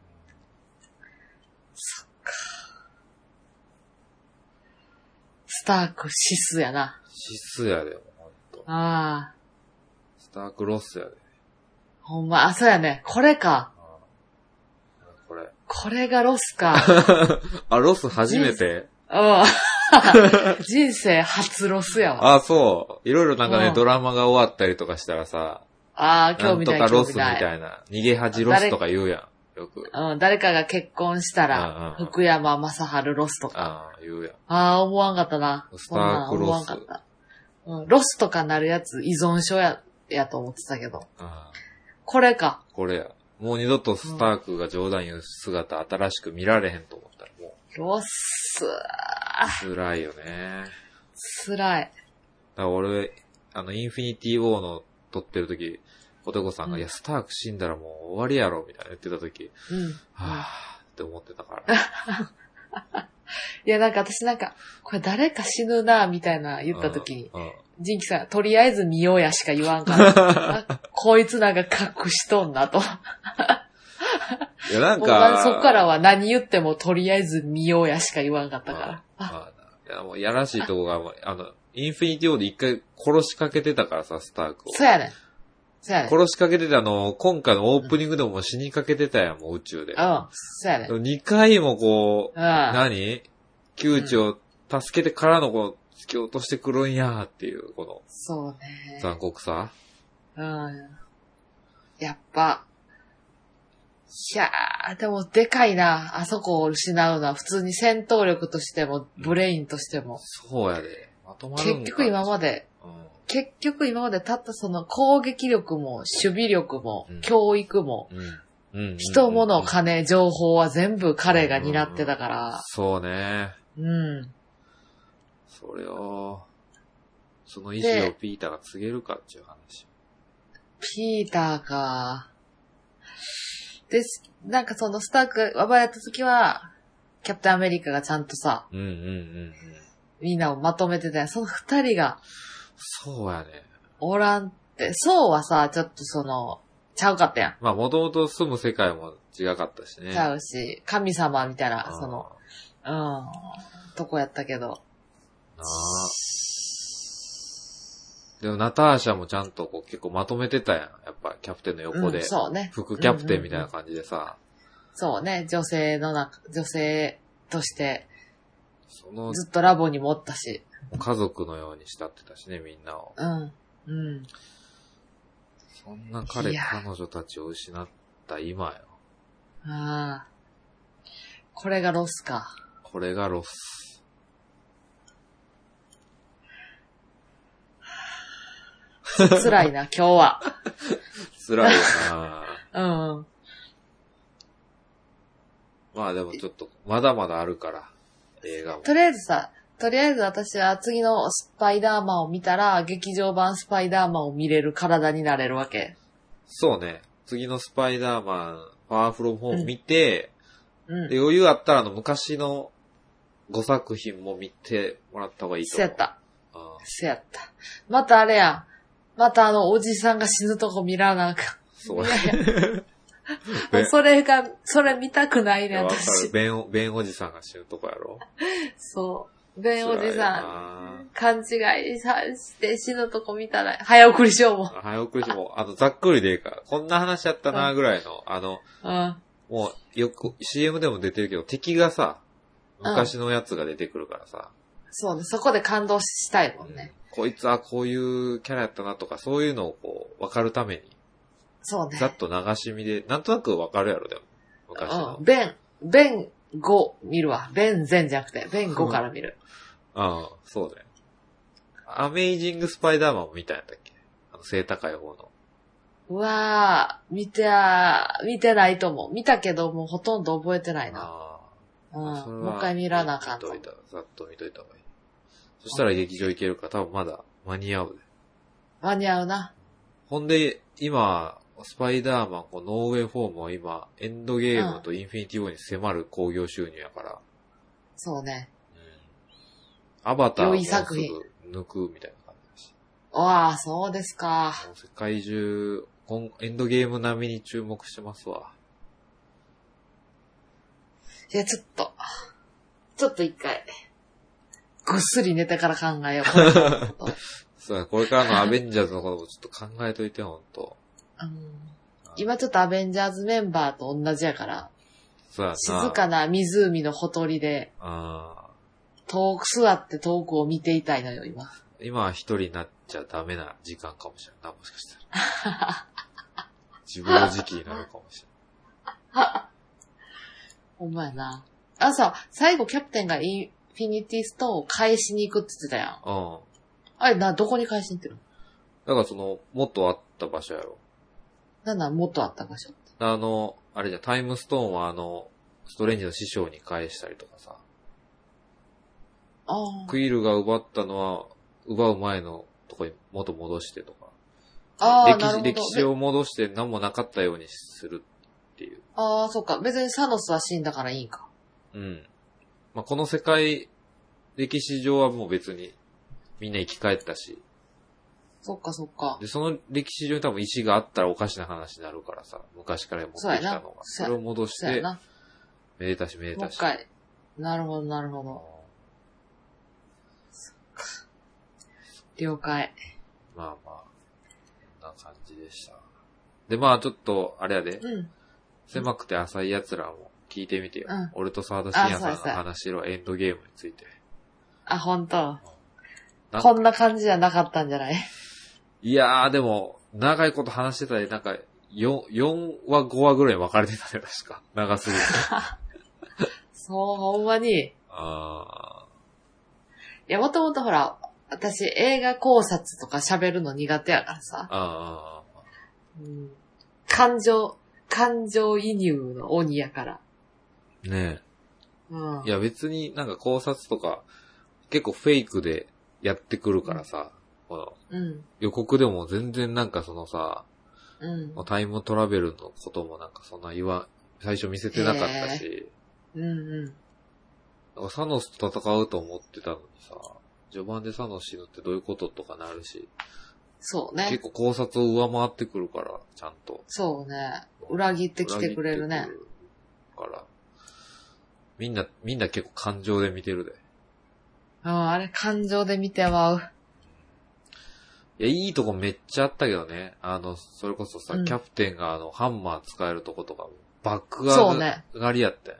Speaker 2: そっか。スタークシスやな。
Speaker 1: シスやで、ほんと。
Speaker 2: ああ。
Speaker 1: スタークロスやで。
Speaker 2: ほんま、あ、そうやね。これか。
Speaker 1: これ。
Speaker 2: これがロ スか。
Speaker 1: あ、ロス初めて
Speaker 2: うん。 人生初ロスやわ。
Speaker 1: あ、そう。いろいろなんか
Speaker 2: う
Speaker 1: ね、
Speaker 2: ん
Speaker 1: ドラマが終わったりとかしたらさ、
Speaker 2: ああ、
Speaker 1: な
Speaker 2: 興
Speaker 1: ん
Speaker 2: 味
Speaker 1: と
Speaker 2: ない、
Speaker 1: かロ
Speaker 2: 興
Speaker 1: ス
Speaker 2: 味
Speaker 1: み
Speaker 2: ない。
Speaker 1: たいな、逃げ恥ロスとか言うやん。よく。
Speaker 2: うん、誰かが結婚し
Speaker 1: う
Speaker 2: た
Speaker 1: んうん
Speaker 2: ら
Speaker 1: うん、
Speaker 2: 福山雅治ロスとか。
Speaker 1: ああ、言うやん。
Speaker 2: ああ、思わんかったな。
Speaker 1: スタ
Speaker 2: そんな
Speaker 1: ー
Speaker 2: ん
Speaker 1: ク
Speaker 2: 思
Speaker 1: ロ
Speaker 2: わん
Speaker 1: ス
Speaker 2: か。った。うん、ロスとかなるやつ依存症や、やと思ってたけど。
Speaker 1: ああ
Speaker 2: これか。
Speaker 1: これや。もう二度とスタークが冗談言う姿新しく見られへんと思ったら、も
Speaker 2: ロス、
Speaker 1: う辛いよね。
Speaker 2: 辛い。
Speaker 1: だから俺、あの、インフィニティ・ウォーの撮ってる時、男さんが、
Speaker 2: うん
Speaker 1: いや、スターク死んだらもう終わりやろ、みたいな言ってた時、
Speaker 2: うん。
Speaker 1: はぁーって思ってたから。
Speaker 2: いや、なんか私なんか、これ誰か死ぬな、みたいな 言った時に、
Speaker 1: うん。うん
Speaker 2: ジンキさん、とりあえず見ようやしか言わん から、あこいつなんか隠しとんなと。
Speaker 1: いや、なん
Speaker 2: もうな
Speaker 1: か、
Speaker 2: そっからは何言ってもとりあえず見ようやしか言わんかったから。
Speaker 1: まあ、いや、もう、やらしいとこが、もうあの、インフィニティ・ウォーで一回殺しかけてたからさ、スタークを。
Speaker 2: そうやねん。そうやねん。
Speaker 1: 殺しかけてたの、今回のオープニングでももう死にかけてたやん、もう宇宙で。
Speaker 2: うん。そうやねん。うん。
Speaker 1: 2回もこう、
Speaker 2: あ
Speaker 1: 何窮地を助けてからのこの、突き落としてくるんやーっていう、こ
Speaker 2: そう
Speaker 1: の
Speaker 2: ね。
Speaker 1: 残酷さ。
Speaker 2: うん。やっぱ。いやー、でもでかいな。あそこを失うのは普通に戦闘力としても、ブレインとしても。
Speaker 1: そうやで。まとまるんか
Speaker 2: 結局今まで、
Speaker 1: う
Speaker 2: 結局今までたったその攻撃力も、守備力も、
Speaker 1: うん
Speaker 2: 教育も、
Speaker 1: ん。うん。うん。
Speaker 2: 人物、
Speaker 1: か
Speaker 2: 金、情報は全部彼が担ってたから。
Speaker 1: そうね。
Speaker 2: うん。
Speaker 1: それを、その意志を
Speaker 2: で
Speaker 1: ピーターが告げるかっていう話。
Speaker 2: ピーターか。で、しなんかそのスターク、ワバやった時は、キャプテンアメリカがちゃんとさ、
Speaker 1: うんうんうんうん。
Speaker 2: みんなをまとめてたやんその二人が
Speaker 1: そうやね。
Speaker 2: おらんって、そうはさ、ちょっとその、ちゃうかったやん。
Speaker 1: まあ、もともと住む世界も違かったしね。
Speaker 2: ちゃうし、神様みたいな
Speaker 1: あ、ー
Speaker 2: その、。うん、とこやったけど。
Speaker 1: なあ。でも、ナターシャもちゃんとこう結構まとめてたやん。やっぱ、キャプテンの横で。
Speaker 2: うん、そうね。
Speaker 1: 副キャプテンみたいな感じでさ。
Speaker 2: そうね。女性の中、女性として、
Speaker 1: その、
Speaker 2: ずっとラボにもおったし。
Speaker 1: 家族のように慕ってたしね、みんなを。
Speaker 2: うん。うん。
Speaker 1: そんな彼、
Speaker 2: いや
Speaker 1: 彼女たちを失った今よ。
Speaker 2: ああ。これがロ スか。
Speaker 1: これがロス。
Speaker 2: 辛いな、今日は。
Speaker 1: 辛いよな
Speaker 2: うん。
Speaker 1: まあでもちょっと、まだまだあるから、映画も。
Speaker 2: とりあえずさ、とりあえず私は次のスパイダーマンを見たら、劇場版スパイダーマンを見れる体になれるわけ。
Speaker 1: そうね。次のスパイダーマン、パワーフロムホーム見て、
Speaker 2: うん。
Speaker 1: で余裕あったらあの昔の5作品も見てもらった方がいいと
Speaker 2: せ
Speaker 1: 思う。
Speaker 2: やった。
Speaker 1: うん。
Speaker 2: せやった。またあれやん。またあの、おじさんが死ぬとこ見らなあか
Speaker 1: そう や。
Speaker 2: ん。もうそれが、それ見たくないね、
Speaker 1: わかる
Speaker 2: 私。
Speaker 1: ベン、ベンおじさんが死ぬとこやろ。
Speaker 2: そう。ベンおじ
Speaker 1: 辛いよ
Speaker 2: さん。
Speaker 1: な
Speaker 2: 勘違いさして死ぬとこ見たら、早送りしようもん。
Speaker 1: 早送りしても、あの、ざっくりでいいから、こんな話やったなぐらいの、あの、
Speaker 2: うん。
Speaker 1: もう、よく、CM でも出てるけど、敵がさ、
Speaker 2: うん
Speaker 1: 昔のやつが出てくるからさ、
Speaker 2: そうね。そこで感動したいもんね。
Speaker 1: こいつはこういうキャラやったなとか、そういうのをこう、わかるために、
Speaker 2: そう
Speaker 1: ざ
Speaker 2: ね
Speaker 1: っ。と流し見で、なんとなくわかるやろ、でも。昔の。
Speaker 2: うん。ベン、ベン5見るわ。ベン全じゃなくて、ベン5から見る。
Speaker 1: うん、そうね。アメイジングスパイダーマンも見たんやったっけあの、背高い方の。
Speaker 2: うわぁ、見てあ、見てないと思う。見たけど、もうほとんど覚えてないな。
Speaker 1: ああ
Speaker 2: うん。
Speaker 1: あそれは
Speaker 2: もう一回見らなあかん
Speaker 1: 見
Speaker 2: と
Speaker 1: とい。たざっと見といた方がいい。そしたら劇場行けるから、多分まだ間に合うで。
Speaker 2: 間に合うな。
Speaker 1: ほんで、今、スパイダーマン、こうノーウェイフォームは今、エンドゲームとインフィニティウォーに迫る興行収入やから、
Speaker 2: そうね。
Speaker 1: アバターを
Speaker 2: 良
Speaker 1: もう
Speaker 2: い
Speaker 1: す
Speaker 2: 作品
Speaker 1: ぐ抜くみたいな感じだし。
Speaker 2: わあ、そうですか。
Speaker 1: もう世界中、今エンドゲーム並みに注目してますわ。
Speaker 2: いや、ちょっと。ちょっと一回。ぐっすり寝てから考えようこれからのこと。
Speaker 1: そうだこれからのアベンジャーズのこともちょっと考えといて、ほんと。
Speaker 2: うん今ちょっとアベンジャーズメンバーと同じやから、
Speaker 1: そうやな。
Speaker 2: 静かな湖のほとりで、
Speaker 1: あ
Speaker 2: 遠く座って遠くを見ていたいのよ、今。
Speaker 1: ー今は一人になっちゃダメな時間かもしれんない。もしかしたら。 自暴自棄になるかもし
Speaker 2: ほんまやな。あ、さ、最後キャプテンがインフィニティストーンを返しに行くって言ってたやん。
Speaker 1: れん。うん。
Speaker 2: あれ、な、どこに返しに行ってるの
Speaker 1: だからその、元あった場所やろ。
Speaker 2: なんなん、もっとあった場所。
Speaker 1: あの、あれじゃん、タイムストーンはあの、ストレンジの師匠に返したりとかさ。
Speaker 2: あー
Speaker 1: クイルが奪ったのは、奪う前のとこに元戻してとか。
Speaker 2: あ
Speaker 1: 歴
Speaker 2: ー、なる
Speaker 1: 史
Speaker 2: ほど。
Speaker 1: 歴史を戻して何もなかったようにするっていう。
Speaker 2: ああ、そっか。別にサノスは死んだからいいんか。
Speaker 1: うん。まあ、この世界、歴史上はもう別に、みんな生き返ったし。
Speaker 2: そっか、そっか。
Speaker 1: で、その歴史上に多分石があったらおかしな話になるからさ、昔から持ってきたのが。そ
Speaker 2: そうやな
Speaker 1: れを戻し
Speaker 2: そうや
Speaker 1: て、
Speaker 2: な。
Speaker 1: めでたしめで
Speaker 2: もう
Speaker 1: たし。
Speaker 2: 一回。なるほど、なるほど。了解。
Speaker 1: まあまあ、こんな感じでした。で、まあちょっと、あれやで、
Speaker 2: うん。
Speaker 1: 狭くて浅い奴らも聞いてみてよ。
Speaker 2: うん
Speaker 1: 俺と沢田信也さん
Speaker 2: あ
Speaker 1: が
Speaker 2: そうやそうや
Speaker 1: 話してるエンドゲームについて。
Speaker 2: あ、本当。
Speaker 1: なん
Speaker 2: こんな感じじゃなかったんじゃない
Speaker 1: いやー、でも、長いこと話してたり、なんか、4、4話、5話ぐらいに分かれてたね、確か。長すぎて。
Speaker 2: そう、ほんまに。い
Speaker 1: あ
Speaker 2: や、もともとほら、私映画考察とか喋るの苦手やから
Speaker 1: ー
Speaker 2: さ。
Speaker 1: あー、
Speaker 2: うん。感情、感情移入の鬼やから。
Speaker 1: ね
Speaker 2: うん。
Speaker 1: え。いや、別になんか考察とか、結構フェイクでやってくるからさ、この
Speaker 2: うん。
Speaker 1: 予告でも全然なんかそのさ、
Speaker 2: うん。
Speaker 1: タイムトラベルのこともなんかそんな言わ、最初見せてなかったし、
Speaker 2: うんうん。
Speaker 1: なんかサノスと戦うと思ってたのにさ、序盤でサノス死ぬってどういうこととかなるし、
Speaker 2: そう
Speaker 1: 結
Speaker 2: ね。
Speaker 1: 構考察を上回ってくるから、ちゃんと。
Speaker 2: そうね。裏切ってきてくれる
Speaker 1: 裏
Speaker 2: ね
Speaker 1: 切っ。てくるから。みんな、みんな結構感情で見てるで。
Speaker 2: うん、あれ感情で見てまう。
Speaker 1: いや、いいとこめっちゃあったけどね。あの、それこそさ、
Speaker 2: うん
Speaker 1: キャプテンがあの、ハンマー使えるとことか、バック
Speaker 2: そ
Speaker 1: 上
Speaker 2: うね
Speaker 1: がりやったよ。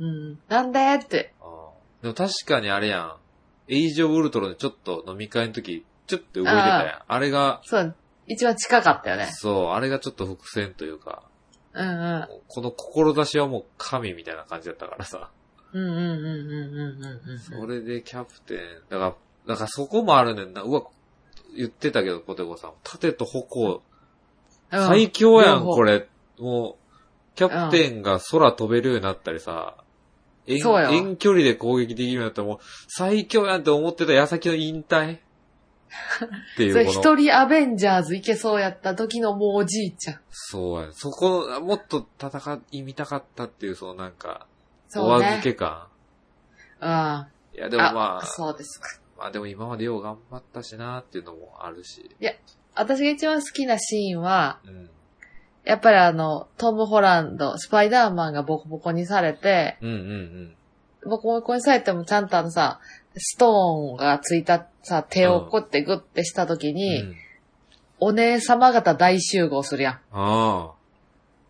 Speaker 2: うん。なんでって。
Speaker 1: あーでも確かにあれやん。エイジオブウルトロでちょっと飲み会の時、ちょっと動いてたやん。あれが、
Speaker 2: そう。一番近かったよね。
Speaker 1: そう、あれがちょっと伏線というか、
Speaker 2: うんうん。
Speaker 1: もうこの志はもう神みたいな感じだったからさ。
Speaker 2: うんうんうんうんうんうんうん。
Speaker 1: それでキャプテン、だから、だからそこもあるねんな。うわ、言ってたけど、ポテコさん。盾と矛、
Speaker 2: うん
Speaker 1: 最強やん、
Speaker 2: 両方
Speaker 1: これ。もう、キャプテンが空飛べるようになったりさ、遠
Speaker 2: そうよ
Speaker 1: 遠距離で攻撃できるようになったらもう、最強やんって思ってた矢先の引退ってい
Speaker 2: それ
Speaker 1: うこの。
Speaker 2: 一人アベンジャーズ行けそうやった時のもうおじいちゃん。
Speaker 1: そうやん。そこ、もっと戦い見たかったっていう、そのなんか、
Speaker 2: そ
Speaker 1: お
Speaker 2: う
Speaker 1: 預
Speaker 2: ね。
Speaker 1: け感。
Speaker 2: うん。あ、
Speaker 1: いや、でもまあ、
Speaker 2: そうですか。
Speaker 1: まあでも今までよう頑張ったしなっていうのもあるし。
Speaker 2: 私が一番好きなシーンは、
Speaker 1: うん。
Speaker 2: やっぱりあの、トム・ホランド、スパイダーマンがボコボコにされて、
Speaker 1: うんうんうん。
Speaker 2: ボコボコにされてもちゃんとあのさ、ストーンがついたさ、手をこうやってグッてした時に、
Speaker 1: うん
Speaker 2: お姉様方大集合するやん。
Speaker 1: あ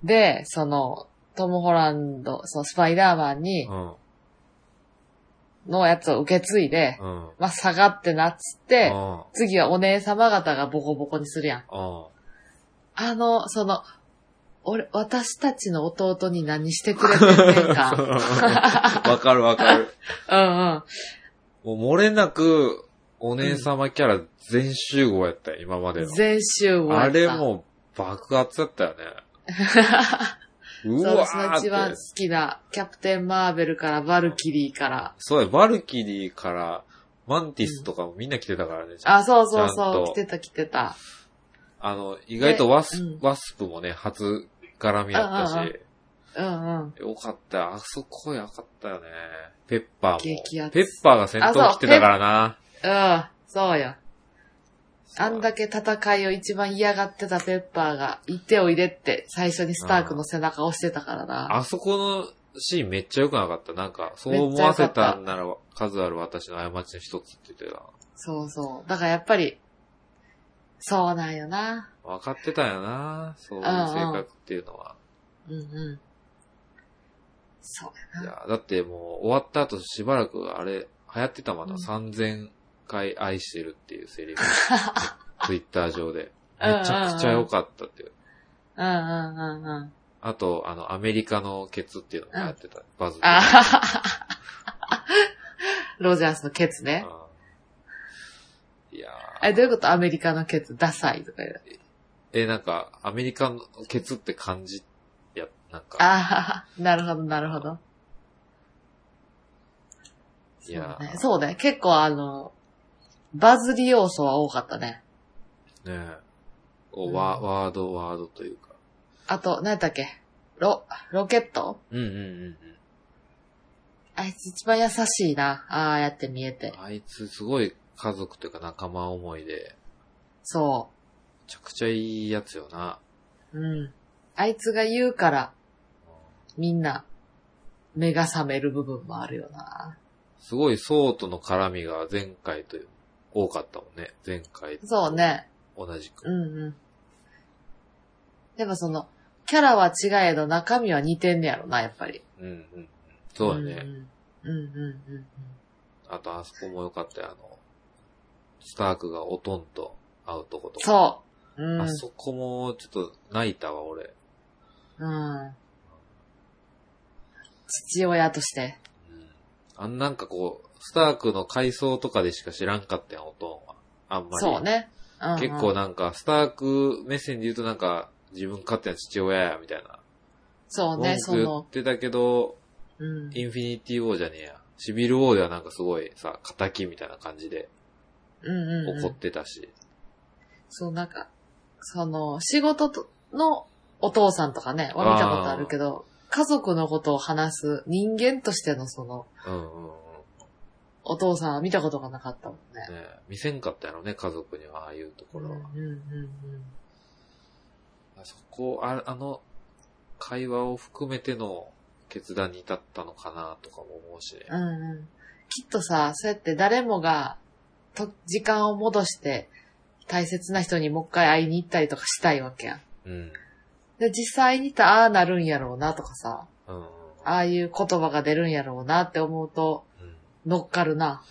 Speaker 2: で、その、トム・ホランド、そのスパイダーマン
Speaker 1: あ。
Speaker 2: に
Speaker 1: う、ん。
Speaker 2: のやつを受け継いで、
Speaker 1: うん。うん。
Speaker 2: まあ、下がってなっつって、
Speaker 1: あ
Speaker 2: 次はお姉様方がボコボコにするやん。
Speaker 1: あ。
Speaker 2: あの、その、俺、私たちの弟に何してくれてんねんか。
Speaker 1: わかるわか る。
Speaker 2: うんうん。
Speaker 1: もう漏れなく、お姉様キャラ全集合やったよ、今までの。
Speaker 2: 全集合やった
Speaker 1: あれもう爆発だったよね。う
Speaker 2: そう、
Speaker 1: わ
Speaker 2: 私の
Speaker 1: ーっ
Speaker 2: 一番
Speaker 1: て
Speaker 2: 好。きな、キャプテン・マーベルから、バルキリーから。
Speaker 1: そうや、バルキリーから、マンティスとかもみんな来てたからね。
Speaker 2: あ、そうそう
Speaker 1: ちゃん
Speaker 2: そう、
Speaker 1: と
Speaker 2: 来てた来てた。
Speaker 1: あの、意外とワス,、
Speaker 2: うん
Speaker 1: ワスプもね、初絡みやった
Speaker 2: うんうん
Speaker 1: し、
Speaker 2: うんうん。
Speaker 1: よかった。あそこよかったよね。ペッパーも。
Speaker 2: 激アツ
Speaker 1: ペッパーが先頭
Speaker 2: あ
Speaker 1: 来
Speaker 2: そう
Speaker 1: てたからな。
Speaker 2: うん、そうよ。あんだ
Speaker 1: け。
Speaker 2: け戦いを一番嫌がってたペッパーが、いておいでって、最初にスタークの背中を押してたからな。
Speaker 1: あそこのシーンめっちゃ良くなかった。なんか、そう
Speaker 2: めっ
Speaker 1: 思
Speaker 2: ちゃ良
Speaker 1: わ
Speaker 2: か
Speaker 1: せ
Speaker 2: った
Speaker 1: たんなら数ある私の過ちの一つって言ってた。
Speaker 2: そうそう。だからやっぱり、そうなんよな。
Speaker 1: 分かってたよな。そういう性格っていうのは。
Speaker 2: うんうん。そ
Speaker 1: い
Speaker 2: う
Speaker 1: や、だってもう終わった後しばらくあれ、流行ってたまだ、
Speaker 2: うん
Speaker 1: 3000回愛してるっていうセ リフ。ツイッター上で。
Speaker 2: うんうんうん
Speaker 1: めちゃくちゃ良かったっていう。
Speaker 2: うんうんうんうん。
Speaker 1: あと、あの、アメリカのケツっていうのもやってた。バズってた。
Speaker 2: あははははロジャースのケツね。
Speaker 1: うんいやー
Speaker 2: え、どういうことアメリカのケツ、ダサいとか言う。
Speaker 1: え、なんか、アメリカのケツって感じ、や、なんか、
Speaker 2: ああ、なるほど、なるほど。
Speaker 1: いやー
Speaker 2: そうねそうね。結構あの、バズり要素は多かったね。
Speaker 1: ねえこうワ
Speaker 2: うん
Speaker 1: ワード、ワードというか。
Speaker 2: あと、何やったっけロ、ロケット
Speaker 1: うんうんうん
Speaker 2: あいつ一番優しいな。ああやって見えて
Speaker 1: うん。。あいつすごい家族というか仲間思いで、
Speaker 2: そ
Speaker 1: めちゃくちゃいいやつよな。
Speaker 2: う。うん。あいつが言うから、みんな、目が覚める部分もあるよな。
Speaker 1: すごい、ソウとの絡みが前回という、多かったもんね。前回。
Speaker 2: そう。ね。
Speaker 1: 同じ
Speaker 2: う
Speaker 1: く。
Speaker 2: んうん。でもその、キャラは違えど中身は似てんねやろな、やっぱり。
Speaker 1: うんうんうん。そうだね。
Speaker 2: うんうんうんうん。
Speaker 1: あと、あそこも良かったよ。あの、スタークがおとんと会うとことか。
Speaker 2: そう。うん。
Speaker 1: あそこも、ちょっと、泣いたわ、俺。
Speaker 2: うん。父親として。
Speaker 1: うん。あんなんかこう、スタークの回想とかでしか知らんかったやん、おとんは。あんまり。
Speaker 2: そう。ね。うんうん
Speaker 1: 結構。なんか、スターク目線で言うとなんか、自分勝手な父親や、みたいな。
Speaker 2: そう
Speaker 1: 文
Speaker 2: ね、
Speaker 1: 句
Speaker 2: そ
Speaker 1: 言っ
Speaker 2: の、
Speaker 1: てたけど、
Speaker 2: うん。
Speaker 1: インフィニティウォーじゃねえや。シビルウォーではなんかすごいさ、仇みたいな感じで
Speaker 2: うんうん、う
Speaker 1: 怒っ
Speaker 2: ん。
Speaker 1: てたし。
Speaker 2: そう、なんか、その、仕事とのお父さんとかね、は見たことあるけど、家族のことを話す人間としてのその、
Speaker 1: うんうんうん。
Speaker 2: お父さんは見たことがなかったもんね。
Speaker 1: ねえ見せんかったやろね、家族には、ああいうところは。
Speaker 2: うんうんうん
Speaker 1: あそこ、ああの、会話を含めての決断に至ったのかな、とかも思うしね。
Speaker 2: うん。うんうん。きっとさ、そうやって誰もが、と、時間を戻して、大切な人にもう一回会いに行ったりとかしたいわけやん。
Speaker 1: うん。
Speaker 2: で、実際にたああなるんやろうなとかさ、
Speaker 1: うんうんうん。
Speaker 2: ああいう言葉が出るんやろうなって思うと、
Speaker 1: うん。
Speaker 2: 乗っかるな。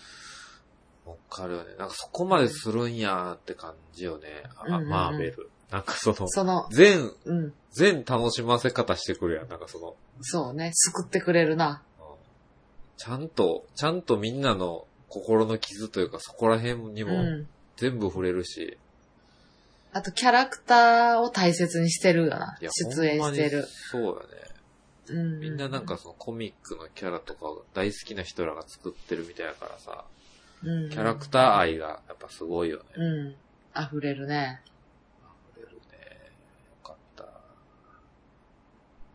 Speaker 1: わかるよね。なんかそこまでするんやーって感じよね。あ
Speaker 2: うんうんうん
Speaker 1: マーベル。なんかその、
Speaker 2: その、
Speaker 1: 全、
Speaker 2: うん。
Speaker 1: 全楽しませ方してくるやん。なんかその、
Speaker 2: そうね、救ってくれるな。
Speaker 1: ちゃんと、ちゃんとみんなの心の傷というか、そこら辺に
Speaker 2: う
Speaker 1: も
Speaker 2: ん。
Speaker 1: 全部触れるし、
Speaker 2: あと、キャラクターを大切にしてるよな。
Speaker 1: いや、
Speaker 2: 出演してる。
Speaker 1: ほんまにそうだね。
Speaker 2: うん。
Speaker 1: みんななんか、そのコミックのキャラとかを大好きな人らが作ってるみたいだからさ、
Speaker 2: うん、
Speaker 1: キャラクター愛がやっぱすごいよね。
Speaker 2: うん。溢れるね。
Speaker 1: 触れるね。よかった。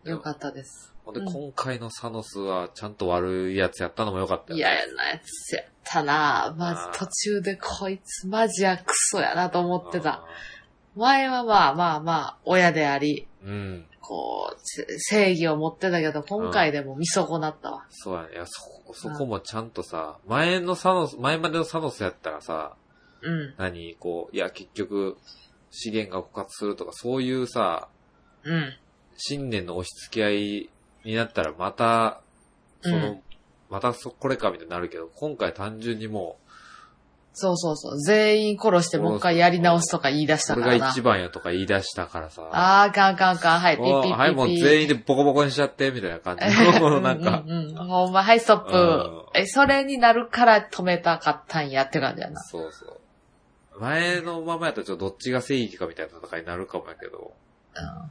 Speaker 2: よかったです。
Speaker 1: ほんで、
Speaker 2: うん
Speaker 1: 今回のサノスはちゃんと悪いやつやったのもよかったよね
Speaker 2: 嫌やなやつやったなまず途中でこいつマジやクソやなと思ってた。。前はまあまあまあ、親であり、
Speaker 1: あーうん。
Speaker 2: こう、せ正義を持ってたけど、今回でも見損なったわ。
Speaker 1: そうやね。いや、そこ、そこもちゃんとさ、前のサノス、前までのサノスやったらさ、
Speaker 2: うん。
Speaker 1: 何こう、いや、結局、資源が枯渇するとか、そういうさ、
Speaker 2: うん。
Speaker 1: 信念の押し付け合いになったら、また、その、
Speaker 2: うん
Speaker 1: またそ、これかみたいになるけど、今回単純にも
Speaker 2: そうそうそう。全員殺してもう一回やり直すとか言い出し
Speaker 1: う、
Speaker 2: た
Speaker 1: こ
Speaker 2: か
Speaker 1: れ
Speaker 2: ら
Speaker 1: が
Speaker 2: な
Speaker 1: 一。番やとか言い出したからさ、
Speaker 2: あー、かんかんかん。はい、ピッ
Speaker 1: もう
Speaker 2: ピッピッピッ。
Speaker 1: はい、もう全 員でボコボコにしちゃって、みたいな感じの、なんか
Speaker 2: う、んうんうん、ほんま、はい、ストップ。
Speaker 1: う
Speaker 2: え、それになるから止めたかったんやって感じやな。
Speaker 1: そうそう。前のままやったらちょっとどっちが正義かみたいな戦いになるかもやけど、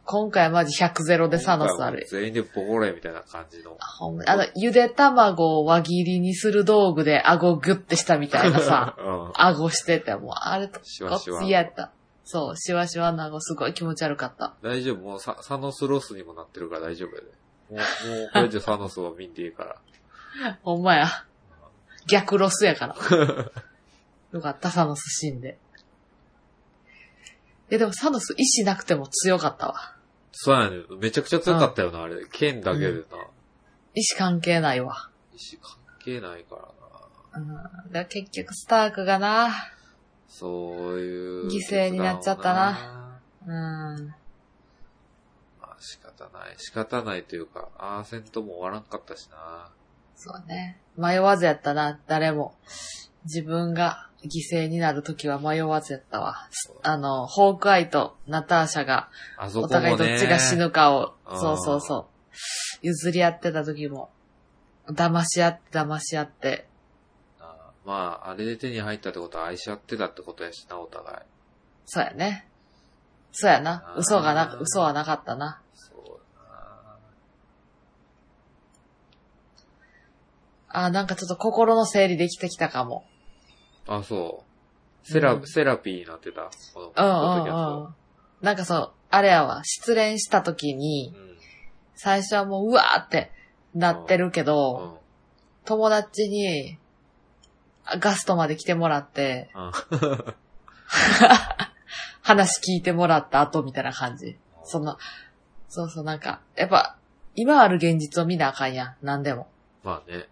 Speaker 2: 今回はマジ100ゼロでサノスある。
Speaker 1: 全員でボコれみたいな感じの。、
Speaker 2: ほんまにあの、ゆで卵を輪切りにする道具で顎グッてしたみたいなさ
Speaker 1: うん。
Speaker 2: 顎してて、もうあれとか
Speaker 1: シワシワ。
Speaker 2: 嫌やった。そう、シワシワの顎すごい気持ち悪かった。
Speaker 1: 大丈夫。もうササノスロスにもなってるから大丈夫やで。もう、もうこれ以上サノスは見んでいいから。
Speaker 2: ほんまや。逆ロス やから。よかった、サノス死んで。え、でもサノス意志なくても強かったわ。
Speaker 1: そうやね。めちゃくちゃ強かったよな、あれ。剣だけでな。
Speaker 2: 意志関係ないわ。
Speaker 1: 石関係ないからな。
Speaker 2: うん。だから結局スタークがな、
Speaker 1: そういう。
Speaker 2: 犠牲になっちゃった
Speaker 1: な。
Speaker 2: うん。
Speaker 1: まあ仕方ない。仕方ないというか、アーセントも終わらんかったしな。
Speaker 2: そうね。迷わずやったな、誰も。自分が犠牲になるときは迷わずやったわ。あの、ホークアイとナターシャが、
Speaker 1: あそこも
Speaker 2: お
Speaker 1: ね。
Speaker 2: 互いどっちが死ぬかを、
Speaker 1: あー
Speaker 2: そうそうそう。譲り合ってた時も、騙し合って騙し合って、
Speaker 1: あまあ、あれで手に入ったってことは愛し合ってたってことやしな、お互い。
Speaker 2: そうやね。そうやな
Speaker 1: あ。ー
Speaker 2: 嘘がな、嘘はなかったな。
Speaker 1: そうだな。
Speaker 2: あーなんかちょっと心の整理できてきたかも。
Speaker 1: あ、そう。セラ、
Speaker 2: うん
Speaker 1: セラピーになってた。この、こ
Speaker 2: うんう
Speaker 1: の
Speaker 2: ん
Speaker 1: 時
Speaker 2: う
Speaker 1: は
Speaker 2: ん。なんかそう、あれやわ、失恋した時
Speaker 1: そう。
Speaker 2: に
Speaker 1: う、ん。
Speaker 2: 最初はもううわーってなってるけど、
Speaker 1: うん。
Speaker 2: 友達に、あガストまで来てもらって、
Speaker 1: あ
Speaker 2: 話聞いてもらった後みたいな感じ。その、そうそうなんか、やっぱ、今ある現実を見なあかんやん。何でも。
Speaker 1: まあね。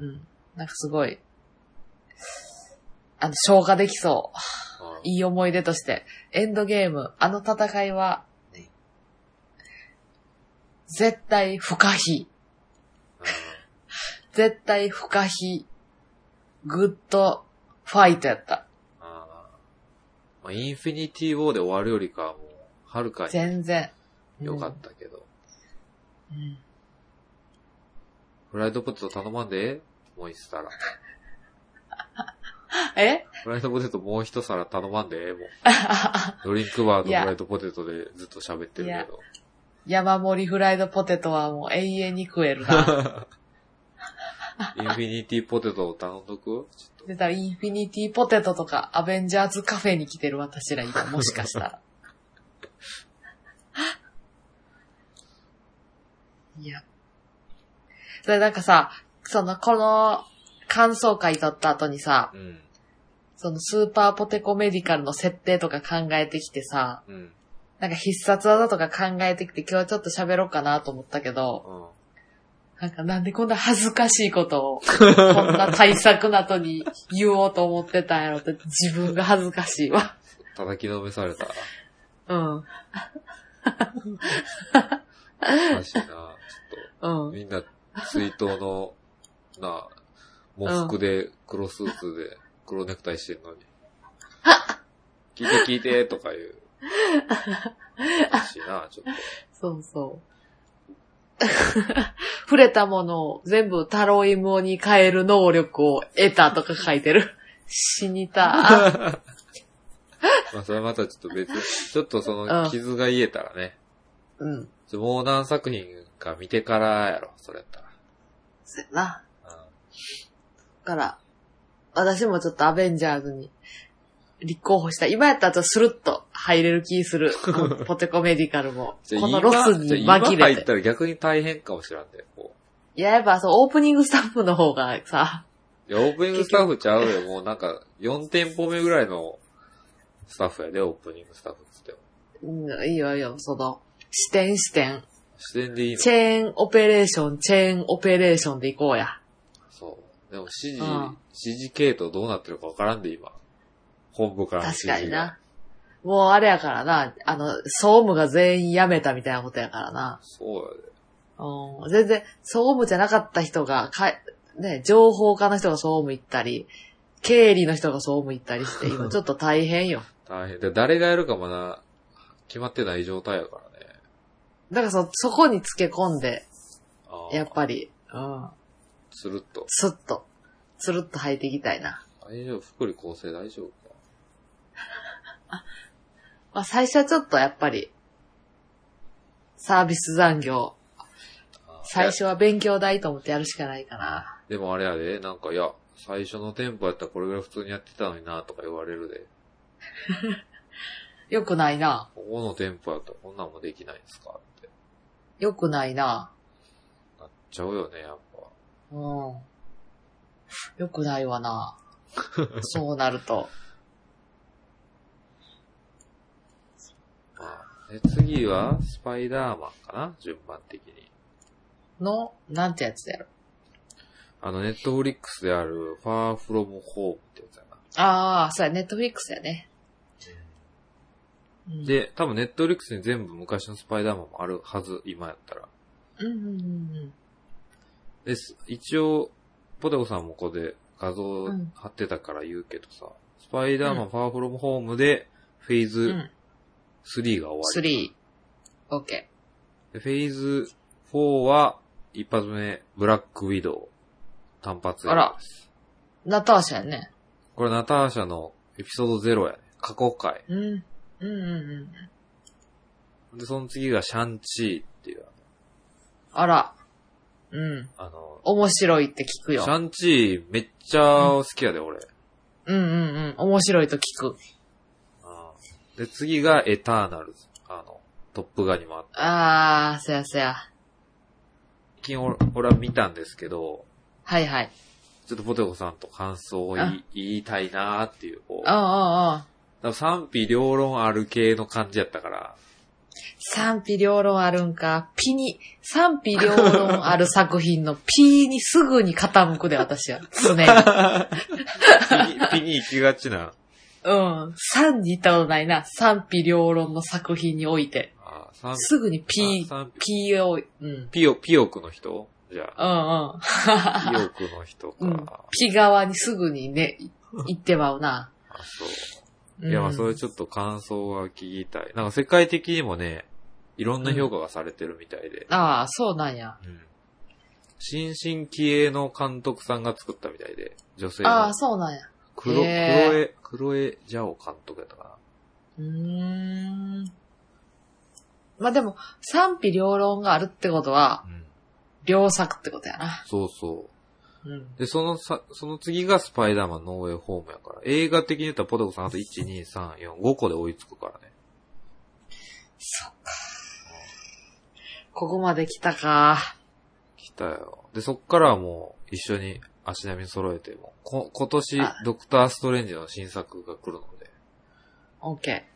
Speaker 2: うん。なんかすごい、あの、消化できそう。
Speaker 1: うん
Speaker 2: いい思い出として。エンドゲーム、あの戦いは
Speaker 1: うん、
Speaker 2: 絶対不可避。絶対不可避。グッドファイトやった。
Speaker 1: ああまあ、インフィニティウォーで終わるよりかはもう、はるかに
Speaker 2: 全然。
Speaker 1: 良かったけど。
Speaker 2: うん。
Speaker 1: フライドポテト頼まんでもう一皿。
Speaker 2: え
Speaker 1: フライドポテトもう一皿頼まんで もう。ドリンクバーとフライドポテトでずっと喋ってるけど。
Speaker 2: 山盛りフライドポテトはもう永遠に食えるな。
Speaker 1: インフィニティポテトを頼んどくちょっ
Speaker 2: で、たインフィニティポテトとかアベンジャーズカフェに来てる私ら今、もしかしたら。いや。それなんかさ、その、この、感想会取った後にさ、
Speaker 1: と。うん。
Speaker 2: そのスーパーポテコメディカルの設定とか考えてきてさ、
Speaker 1: うん。
Speaker 2: なんか必殺技とか考えてきて今日ちょっと喋ろうかなと思ったけど、
Speaker 1: うん。
Speaker 2: なんかなんでこんな恥ずかしいことを、こんな対策などに言おうと思ってたんやろって、自分が恥ずかしいわ。
Speaker 1: 叩きのめされた。
Speaker 2: うん。
Speaker 1: マジな。ちょ
Speaker 2: う
Speaker 1: っと、
Speaker 2: ん。
Speaker 1: みんな、水筒の、な、喪服で、黒スーツで、黒ネクタイしてんのに。聞いて聞いて、とか言う。おかしいな、ちょっ
Speaker 2: そうそう。 触れたものを全部タロイモに変える能力を得たとか書いてる。死にた。
Speaker 1: と。まあ、それまたちょっと別に、ちょっとその、傷が癒えたらね。
Speaker 2: うん。
Speaker 1: ちょもう何作品か見てからやろ、それやった
Speaker 2: そうやな。
Speaker 1: ら。
Speaker 2: だから、私もちょっとアベンジャーズに立候補した。今やったらちょっとスルッと入れる気する。このポテコメディカルも。
Speaker 1: うん
Speaker 2: このロスに
Speaker 1: じゃあ今入
Speaker 2: 紛れ。
Speaker 1: ってたら逆に大変かもしらんで、こ
Speaker 2: いや、やっぱそう、オープニングスタッフの方がさ、
Speaker 1: う。いや、オープニングスタッフちゃうよ。もうなんか、4店舗目ぐらいのスタッフやで、オープニングスタッフっつっても。
Speaker 2: うん、いいよいいよ、その、視点視点。
Speaker 1: 視点でいいの
Speaker 2: チェーンオペレーション、チェーンオペレーションでいこうや。
Speaker 1: そう。でも指示、
Speaker 2: うん
Speaker 1: 指示系統どうなってるかわからんで、今。本部からの指
Speaker 2: 確か
Speaker 1: 示
Speaker 2: に
Speaker 1: が。
Speaker 2: な。もうあれやからな、あの、総務が全員辞めたみたいなことやからな。
Speaker 1: そうやで。
Speaker 2: うん、全然、総務じゃなかった人が、かね、情報家の人が総務行ったり、経理の人が総務行ったり して、今ちょっと大変よ。
Speaker 1: 大変。で、誰がやるかまだ決まってない状態やからね。
Speaker 2: だからそ、そこにつけ込んで、
Speaker 1: あー
Speaker 2: やっぱり、うん、
Speaker 1: つるっと。
Speaker 2: スッと、つるっと入っていきたいな。
Speaker 1: 大丈夫、福利厚生大丈夫か。
Speaker 2: まあ最初はちょっとやっぱり、サービス残業。最初は勉強代と思ってやるしかないかな。
Speaker 1: でもあれやで、なんか、いや、最初の店舗やったらこれぐらい普通にやってたのになとか言われるで。
Speaker 2: よくないな。
Speaker 1: ここの店舗やったらこんなんもできないんですかって。
Speaker 2: よくないな。
Speaker 1: なっちゃうよね、やっぱ。
Speaker 2: うん。よくないわな。 そうなると。
Speaker 1: まあ、で、次は、スパイダーマンかな順番的に。
Speaker 2: の、なんてやつだろ。
Speaker 1: あの、ネットフリックスである、ファーフロムホームってやつやな。
Speaker 2: ああ、そうや、ネットフリックスやね。うん、
Speaker 1: で、多分ネットフリックスに全部昔のスパイダーマンもあるはず、今やったら。
Speaker 2: うんうんうん
Speaker 1: です。一応、ポテコさんもここで画像
Speaker 2: うん
Speaker 1: 貼ってたから言うけどさ、スパイダーマン、ファーフロムホームで、フェー
Speaker 2: うん。う
Speaker 1: ズ
Speaker 2: ん。
Speaker 1: 3が終わり。
Speaker 2: 3。オッケ
Speaker 1: でフェーズ4は、一発目、ブラックウィドウ。単発映画です。
Speaker 2: ー。ナターシャやね。
Speaker 1: これナターシャのエピソード0やね。過去回。
Speaker 2: うん。うんうんうん。
Speaker 1: で、その次がシャンチーっていう、
Speaker 2: あら。うん。
Speaker 1: あの、
Speaker 2: 面白いって聞く
Speaker 1: シ
Speaker 2: よ。
Speaker 1: ャンチーめっちゃ好きやで、俺。
Speaker 2: うんうんうん。面白いと聞く。
Speaker 1: で、次がエターナルズ。あの、トップガンにもあった。
Speaker 2: ああ、そやそや。
Speaker 1: 最近俺俺は見たんですけど、
Speaker 2: はいはい。
Speaker 1: ちょっとポテコさんと感想を言い言いたいなーっていう、こう
Speaker 2: うんう、んうん。
Speaker 1: 多分賛否両論ある系の感じやった から、
Speaker 2: 賛否両論あるんか。ピに、賛否両論ある作品のピにすぐに傾くで、私は。常に。
Speaker 1: ピにピに行きがちな。
Speaker 2: うん。賛に行ったことないな。賛否両論の作品において。
Speaker 1: あ賛
Speaker 2: すぐに
Speaker 1: あ
Speaker 2: P、
Speaker 1: 賛否
Speaker 2: P を、うん。
Speaker 1: ピオ、ピオクの人じゃ
Speaker 2: うん
Speaker 1: あ、ピオクの人か。
Speaker 2: うん。うん。P 側にすぐにね、い行ってまうな。
Speaker 1: あ、そう。
Speaker 2: うん
Speaker 1: いや、まあ、それちょっと感想は聞きたい。なんか世界的にもね、いろんな評価がされてるみたいで。
Speaker 2: ああ、そうなんや。
Speaker 1: うん。新進気鋭の監督さんが作ったみたいで、女性
Speaker 2: あ
Speaker 1: の
Speaker 2: あ、。そうなんや。
Speaker 1: クロ、クロ
Speaker 2: へー
Speaker 1: エ、クロエジャオ監督やったか
Speaker 2: うーん。まあ、でも、賛否両論があるってことは、
Speaker 1: な。うん。
Speaker 2: 両作ってことやな。
Speaker 1: そうそ
Speaker 2: うん。
Speaker 1: う。で、そのさ、その次がスパイダーマンノーウェイホームやから。映画的に言ったらポテコさんあと1、2、3、4、5個で追いつくからね。
Speaker 2: そっか。ここまで来たか。
Speaker 1: 来たよ。で、そっからはもう一緒に足並み揃えても、こ、今年
Speaker 2: あ
Speaker 1: ドクターストレンジの新作が来るので。
Speaker 2: オッケ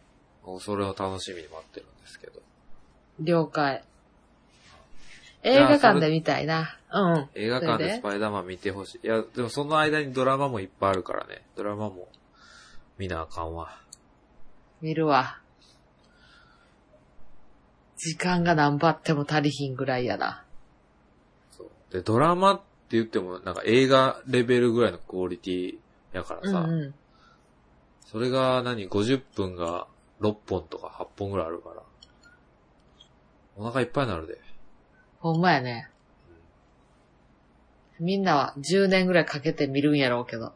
Speaker 1: もうそれを楽しみに待ってるんですけど。
Speaker 2: ー。了解。
Speaker 1: ゃあ
Speaker 2: 映画館で見たいな。うん。
Speaker 1: 映画館
Speaker 2: それ
Speaker 1: で
Speaker 2: で
Speaker 1: スパイダーマン見てほしい。いや、でもその間にドラマもいっぱいあるからね。ドラマも見なあかんわ。
Speaker 2: 見るわ。時間が何ばっても足りひんぐらいやな。
Speaker 1: そう。で、ドラマって言ってもなんか映画レベルぐらいのクオリティやから
Speaker 2: うん
Speaker 1: さ。
Speaker 2: うん。
Speaker 1: それが何 ?50 分が6本とか8本ぐらいあるから。お腹いっぱいになるで。
Speaker 2: ほんまやね。みんなは10年ぐらいかけて見るんやろうけど。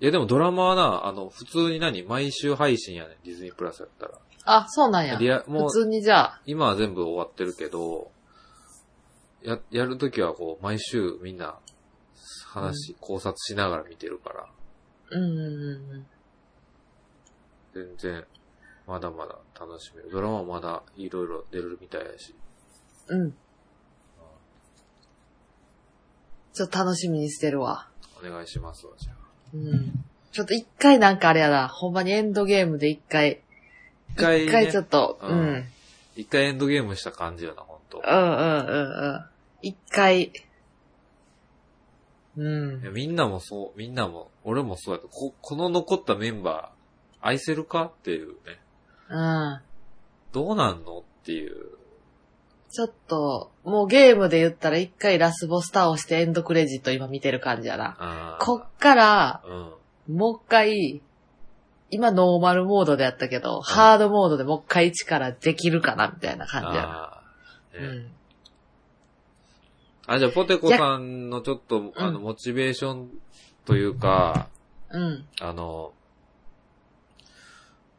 Speaker 1: いやでもドラマはな、あの、普通に何毎週配信やねん。ディズニープラスやったら。
Speaker 2: あ、そうなんや。
Speaker 1: リア、もう
Speaker 2: 普通にじゃあ、
Speaker 1: 今は全部終わってるけど、や、やるときはこう、毎週みんな、話、考察しながら見てるから、
Speaker 2: うんうんうん。
Speaker 1: 全然、まだまだ楽しめる。ドラマもまだいろいろ出るみたいやし。
Speaker 2: うん。ちょっと楽しみにしてるわ。
Speaker 1: お願いしますわ、じゃあ。
Speaker 2: うんちょっと一回なんかあれやな、ほんまにエンドゲームで一回、
Speaker 1: 一
Speaker 2: 一
Speaker 1: 回、
Speaker 2: 回,、
Speaker 1: ね、
Speaker 2: ちょっと、
Speaker 1: うん
Speaker 2: うん、うん
Speaker 1: 一回エンドゲームした感じやな、ほんと。
Speaker 2: うんうんうん。一回、うん
Speaker 1: いや。みんなもそう、みんなも、俺もそうやと、こ、この残ったメンバー、愛せるかっていうね。
Speaker 2: うん。
Speaker 1: どうなんのっていう。
Speaker 2: ちょっと、もうゲームで言ったら一回ラスボス倒してエンドクレジット今見てる感じやな。
Speaker 1: あー
Speaker 2: こっから、
Speaker 1: うん。
Speaker 2: もう一回、今ノーマルモードでやったけど、ハードモードでもう一回一からできるかな、みたいな感じやな。
Speaker 1: あー
Speaker 2: う
Speaker 1: ね
Speaker 2: ん。
Speaker 1: あ、じゃあ、ポテコさんのちょっと、あの、モチベーションというか、
Speaker 2: うん。
Speaker 1: あの、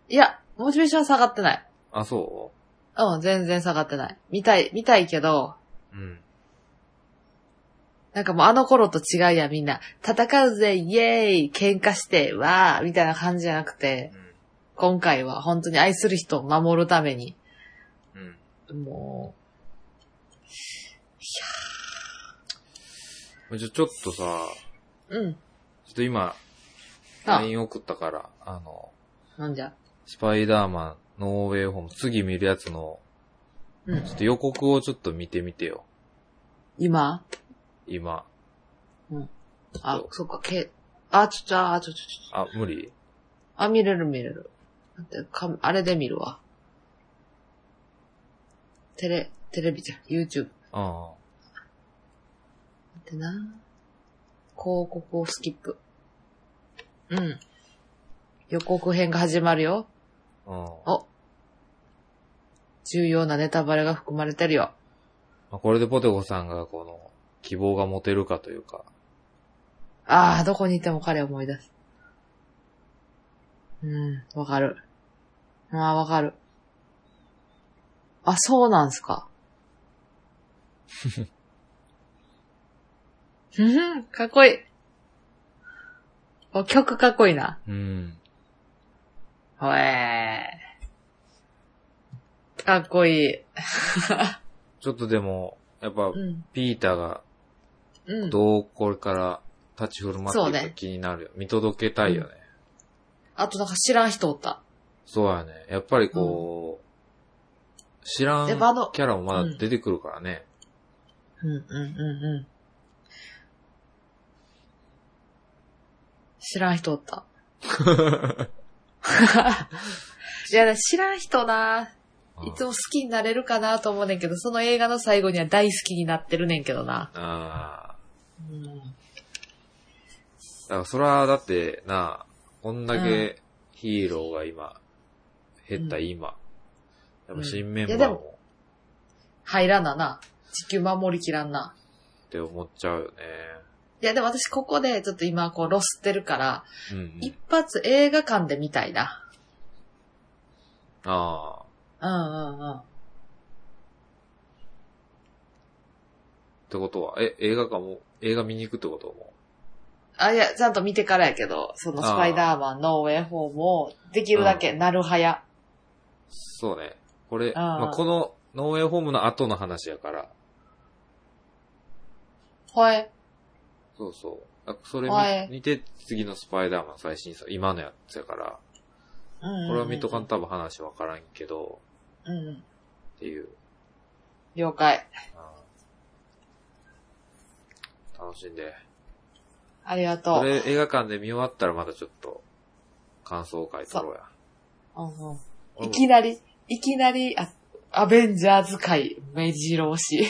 Speaker 2: いや、モチベーションは下がってない。
Speaker 1: あ、そ
Speaker 2: うん。うん、全然下がってない。見たい、見たいけど、
Speaker 1: うん。
Speaker 2: なんかもうあの頃と違うやん、みんな。戦うぜ、イエーイ喧嘩して、わーみたいな感じじゃなくて、今回は本当に愛する人を守るために、
Speaker 1: うん。うん。
Speaker 2: も
Speaker 1: じゃあちょっとさ、
Speaker 2: う、うん。
Speaker 1: ちょっと今、
Speaker 2: あ
Speaker 1: LINE 送ったから、あの、
Speaker 2: なんじゃ。
Speaker 1: スパイダーマン、ノーウェイホーム、次見るやつの、
Speaker 2: うん
Speaker 1: ちょっと予告をちょっと見てみてよ。
Speaker 2: 今
Speaker 1: 今。
Speaker 2: あ
Speaker 1: そ、
Speaker 2: そっか、け、あ、ちょ、ちょ、あ、ちょ、ちょ、ちょ。
Speaker 1: あ、無理
Speaker 2: あ、見れる見れる。だってかあれで見るわ。テレ、テレビじゃん、YouTube。
Speaker 1: あ
Speaker 2: 待ってな。広告をスキップ。うん。予告編が始まるよ。
Speaker 1: あ。うん。
Speaker 2: 重要なネタバレが含まれてるよ。
Speaker 1: まあこれでポテコさんが、この、希望が持てるかというか。
Speaker 2: ああ、どこにいても彼を思い出す。うん、わかる。ああ、わかる。あ、そうなんすか。ふふん、かっこいい。お、曲かっこいいな。
Speaker 1: うん。
Speaker 2: ほえー。かっこいい。
Speaker 1: ちょっとでも、やっぱ
Speaker 2: う、ん。
Speaker 1: ピーターが、
Speaker 2: うん。
Speaker 1: どうこれから立ち振る舞っていく
Speaker 2: そ
Speaker 1: か
Speaker 2: うね
Speaker 1: 気になるよ。見届けたいよね。
Speaker 2: あとなんか知らん人おった。
Speaker 1: そうやね。やっぱりこう、知らんキ
Speaker 2: やっぱあの
Speaker 1: ャラもまだ出てくるからね。
Speaker 2: うんうんうんうん。知らん人おった。 いや、知らん人な
Speaker 1: うん
Speaker 2: いつも好きになれるかなと思うねんけど、その映画の最後には大好きになってるねんけどな。
Speaker 1: ああ。
Speaker 2: うん。
Speaker 1: だからそれはだってな、こんだけヒーローが今、減った今、
Speaker 2: ん
Speaker 1: やっぱ新メン
Speaker 2: いや
Speaker 1: バ
Speaker 2: で
Speaker 1: ー
Speaker 2: も
Speaker 1: も
Speaker 2: 入らなな。地球守りきらんな。
Speaker 1: って思っちゃうよね。
Speaker 2: いや、でも私ここでちょっと今こうロスってるから、
Speaker 1: うん、うん。
Speaker 2: 一発映画館で見たいな。
Speaker 1: ああ。
Speaker 2: うんうんうん。
Speaker 1: ってことは、え、映画館も、映画見に行くってことも
Speaker 2: あ、いや、ちゃんと見てからやけど、そのスパイダーマンのウェイホームを、できるだけなるはや。
Speaker 1: そうね。これ、
Speaker 2: あー
Speaker 1: まあ、この、ノーウェイホームの後の話やから、
Speaker 2: ほえ。
Speaker 1: そうそう。あそれ
Speaker 2: はい
Speaker 1: 見見て、次のスパイダーマン最新作、今のやつやから、
Speaker 2: うんうんうん
Speaker 1: これは見とかんと多分話わからんけど、
Speaker 2: うんうん。
Speaker 1: っていう。
Speaker 2: 了解。
Speaker 1: うん楽しんで。
Speaker 2: ありがと
Speaker 1: こ
Speaker 2: う。
Speaker 1: れ映画館で見終わったらまたちょっと、感想会取ろうや。
Speaker 2: うんうん、
Speaker 1: 俺
Speaker 2: い
Speaker 1: も
Speaker 2: きなり、いきなり、あアベンジャーズ界、目白 押し。い
Speaker 1: い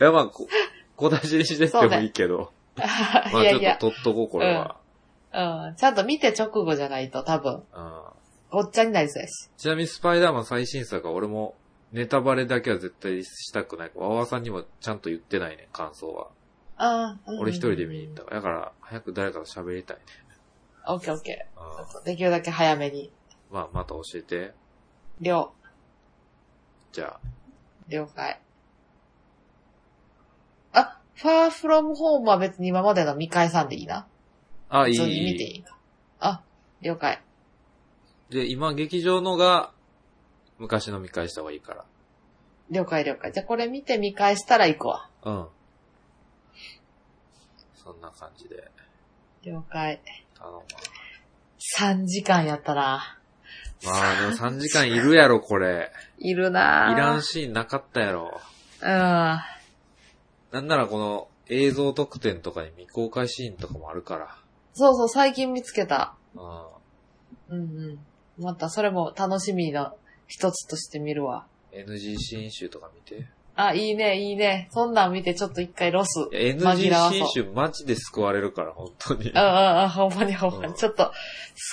Speaker 1: や、まあ、こ小出しにしてってもいいけど。 まあ、
Speaker 2: や
Speaker 1: ちょっ
Speaker 2: いや、
Speaker 1: と取っとこう、これは。
Speaker 2: うん。ちゃんと見て直後じゃないと多分、
Speaker 1: うん
Speaker 2: ごっちゃになりそうやし。
Speaker 1: ちなみにスパイダーマン最新作は俺も、ネタバレだけは絶対したくない。わわさんにもちゃんと言ってないね、感想は。
Speaker 2: ああ、うんうん
Speaker 1: 俺一人で見に行ったから。だから、早く誰かと喋りたいね。
Speaker 2: オッケーオッケ
Speaker 1: う
Speaker 2: ー。ちょっ
Speaker 1: ん
Speaker 2: とできるだけ早めに。
Speaker 1: まあ、また教えて。
Speaker 2: 了、
Speaker 1: じゃあ。
Speaker 2: 了解。あ、ファーフロムホームは別に今までの見返さんでいいな。
Speaker 1: あ、いい
Speaker 2: 普通に見てい
Speaker 1: いい。
Speaker 2: いか。あ、了解。
Speaker 1: で、今、劇場のが、昔の見返した方がいいから。
Speaker 2: 了解了解。じゃあこれ見て見返したら行くわ。
Speaker 1: うん。そんな感じで、
Speaker 2: 了解。
Speaker 1: 頼むわ。
Speaker 2: 3時間やったな。
Speaker 1: まあ、でも3時間いるやろ、これ。
Speaker 2: いる
Speaker 1: い
Speaker 2: なぁ
Speaker 1: らんシーンなかったやろ。
Speaker 2: うん。
Speaker 1: なんならこの映像特典とかに未公開シーンとかもあるから。
Speaker 2: そうそう、最近見つけた。
Speaker 1: うん。
Speaker 2: うんうん。また、それも楽しみの一つとして見るわ。
Speaker 1: NG シーン集とか見て。
Speaker 2: あ、いいね、いいね。そんなん見てちょっと一回ロス。うん
Speaker 1: いや
Speaker 2: 紛
Speaker 1: NG シ
Speaker 2: らわそう
Speaker 1: ーン集マジで救われるから、本当に
Speaker 2: う。んうん、ほんまにほんま
Speaker 1: うん
Speaker 2: に。ちょっと、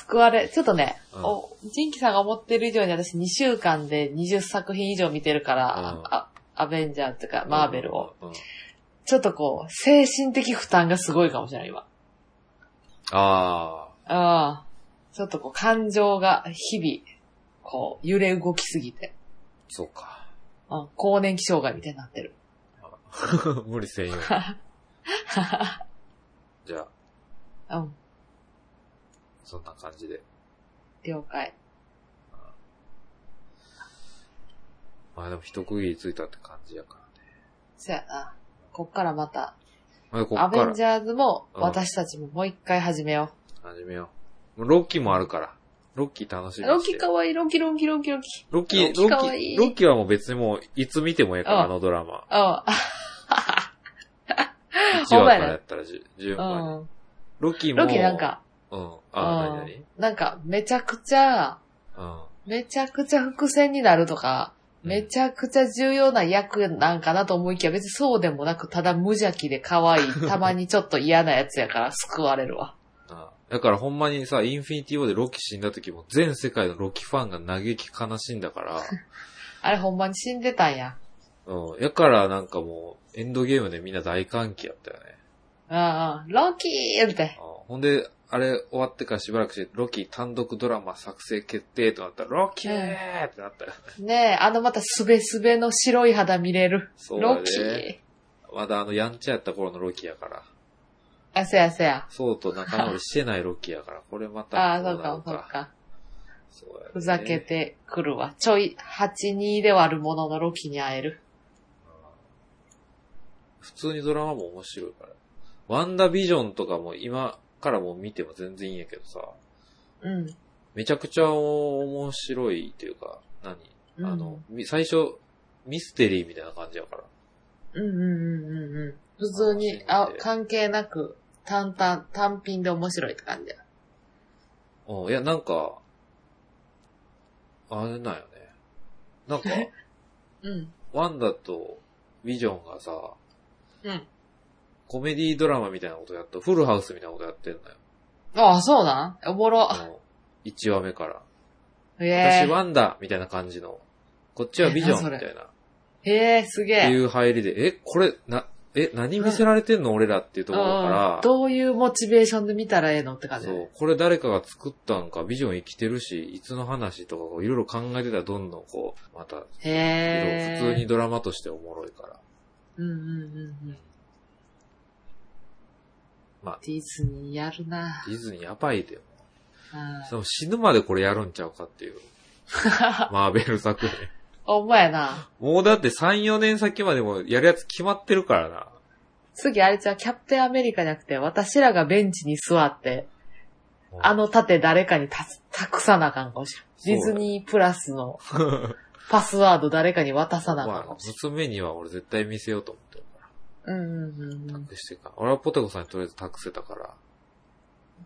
Speaker 2: 救われ、ちょっとね、
Speaker 1: うん
Speaker 2: お、ジンキさんが思ってる以上に私2週間で20作品以上見てるから、
Speaker 1: うん
Speaker 2: あアベンジャーズとかマーベルを。
Speaker 1: うん。うん
Speaker 2: ちょっとこう、精神的負担がすごいかもしれない、今。
Speaker 1: あ
Speaker 2: ああ。ちょっとこう、感情が日々、こう、揺れ動きすぎて。
Speaker 1: あ。そうか。
Speaker 2: うん、更年期障害みたいになってる。
Speaker 1: 無理せ んように。じゃあ、
Speaker 2: うん、
Speaker 1: そんな感じで。
Speaker 2: 了解。
Speaker 1: まあでも一区切りついたって感じやからね。
Speaker 2: そやな。こっからまた、
Speaker 1: まあこ
Speaker 2: ア
Speaker 1: っ
Speaker 2: ベ
Speaker 1: か
Speaker 2: ン
Speaker 1: ら
Speaker 2: ジャーズも、
Speaker 1: うん
Speaker 2: 私たちももう一回始めよ
Speaker 1: 始めよう。もうロッキーもあるから。ロッキー楽し
Speaker 2: う。
Speaker 1: みに
Speaker 2: ロ
Speaker 1: して
Speaker 2: キかわいい、ロキロキロキロキ。
Speaker 1: ロッキー、
Speaker 2: ロ
Speaker 1: ロ
Speaker 2: ッキーか
Speaker 1: ッ
Speaker 2: わ
Speaker 1: キ
Speaker 2: いい
Speaker 1: ー、ロッキーはもう別にもういつ見てもええから、
Speaker 2: うん
Speaker 1: あのドラマ。
Speaker 2: うん。あ
Speaker 1: 1 話
Speaker 2: ほんま
Speaker 1: か
Speaker 2: やな
Speaker 1: らやったらじゅ順番に。
Speaker 2: うん。
Speaker 1: ロッキーも。
Speaker 2: ロキなん。か、
Speaker 1: うん。
Speaker 2: う
Speaker 1: あ
Speaker 2: ん、
Speaker 1: なに
Speaker 2: なんか、めちゃくちゃ、
Speaker 1: な
Speaker 2: めちゃくちゃ伏線になるとか、
Speaker 1: うん
Speaker 2: めちゃくちゃ重要な役なんかなと思いきや、別にそうでもなく、ただ無邪気で可愛 い、たまにちょっと嫌なやつやから救われるわ。
Speaker 1: に。うん。あだからほんまにさ、インフィニティウォーでロッキー死んだ時も全世界のロキファンが嘆き悲しんだ から、
Speaker 2: あれほんまに死んでたんや。
Speaker 1: うん。やからなんかもう、エンドゲームでみんな大歓喜やったよね。
Speaker 2: うんうん。ロキーみたい
Speaker 1: うんほんで、あれ終わってからしばらくして、ロッキー単独ドラマ作成決定となったら、ロッキーってなったよ。
Speaker 2: な。ねえ、あのまたすべすべの白い肌見れる。
Speaker 1: そうだ
Speaker 2: ロキ
Speaker 1: ね。
Speaker 2: ー。
Speaker 1: まだあの、やんちゃやった頃のロキやから。
Speaker 2: あ、そやそや。
Speaker 1: そうと仲直りしてないロッキーやから、これまた。
Speaker 2: ああ、そうか、そうか。
Speaker 1: そうやね
Speaker 2: ふざけ。てくるわ。ちょい、8-2で割るもののロキに会える。
Speaker 1: 普通にドラマも面白いから。ワンダービジョンとかも今からも見ても全然いいんやけどさ、
Speaker 2: うん。
Speaker 1: めちゃくちゃ面白いというか、何
Speaker 2: うん
Speaker 1: あの、み最初、ミステリーみたいな感じやから。
Speaker 2: うんうんうんうんうん。普通に、
Speaker 1: あ
Speaker 2: あ
Speaker 1: そうですね、
Speaker 2: 関係なく、単単、単品で面白いって感じや。
Speaker 1: うん、いや、なんか、あれなんよね。 なんか、
Speaker 2: うん。
Speaker 1: ワンダとビジョンがさ、
Speaker 2: うん。
Speaker 1: コメディドラマみたいなことやった、フルハウスみたいなことやってんのよ。
Speaker 2: ああ、そうなんおもろ。
Speaker 1: もう1話目から。
Speaker 2: へ
Speaker 1: 私ワンダみたいな感じの、こっちはビジョンみたいな、っ
Speaker 2: え。へえ、すげ
Speaker 1: てい
Speaker 2: え。
Speaker 1: う入りで、え、これ、な、え、何見せられてんの俺らっていうところ
Speaker 2: うん
Speaker 1: か
Speaker 2: どういうモチベーションで見たらええのって
Speaker 1: ら、
Speaker 2: 感じ。
Speaker 1: そう、これ誰かが作ったんか、ビジョン生きてるし、いつの話とかこう、いろいろ考えてたらどんどんこう、また、
Speaker 2: へえ。
Speaker 1: 普通に。ドラマとしておもろいから。
Speaker 2: うんうんうんうん。
Speaker 1: まあ
Speaker 2: ディズニーやるな
Speaker 1: ディズニーやばいでよ。
Speaker 2: ぁ。
Speaker 1: でも死ぬまでこれやるんちゃうか っていう。マーベル作品。
Speaker 2: ほんまやな
Speaker 1: もうだって3、4年先までもやるやつ決まってるからな。
Speaker 2: 次あれじゃうキャプテンアメリカじゃなくて、私らがベンチに座って、
Speaker 1: もう
Speaker 2: あの盾誰かにたつ託さなあかんかもしれん。ディ
Speaker 1: そう
Speaker 2: ズ
Speaker 1: だ
Speaker 2: ニープラス のパスワード誰かに渡さなあかんか
Speaker 1: まあ
Speaker 2: も、し
Speaker 1: 娘には俺絶対見せようと思ってるか
Speaker 2: れん。うんうんう
Speaker 1: ら。
Speaker 2: ん。
Speaker 1: 託してか。俺はポテコさんにとりあえず託せたから。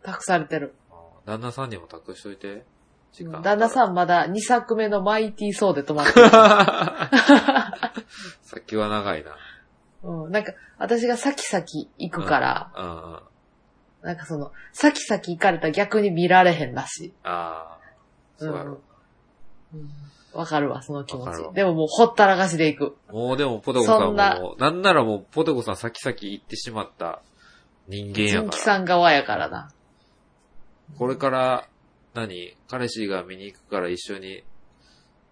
Speaker 2: 託されてる。
Speaker 1: あー旦那さんにも託しといて。時間。
Speaker 2: 旦那
Speaker 1: ん。
Speaker 2: さんまだ2作目のマイティーソーで止まってる。
Speaker 1: 先は長いな。
Speaker 2: うん、なんか、私が先々行くから、
Speaker 1: うんうん。あ
Speaker 2: なんかその、先々行かれたら逆に見られへんらしい。
Speaker 1: あー。そうやろ。
Speaker 2: うんわかるわ、その気持
Speaker 1: わかる
Speaker 2: ち。
Speaker 1: わ
Speaker 2: でももうほったらかしで行く。
Speaker 1: もうでもポテコさん
Speaker 2: そ
Speaker 1: も
Speaker 2: んな
Speaker 1: もう、なんならもうポテコさん先々行ってしまった人間や
Speaker 2: 純
Speaker 1: か
Speaker 2: 喜
Speaker 1: ら。
Speaker 2: さん側やからな。
Speaker 1: これから、何彼氏が見に行くから一緒に、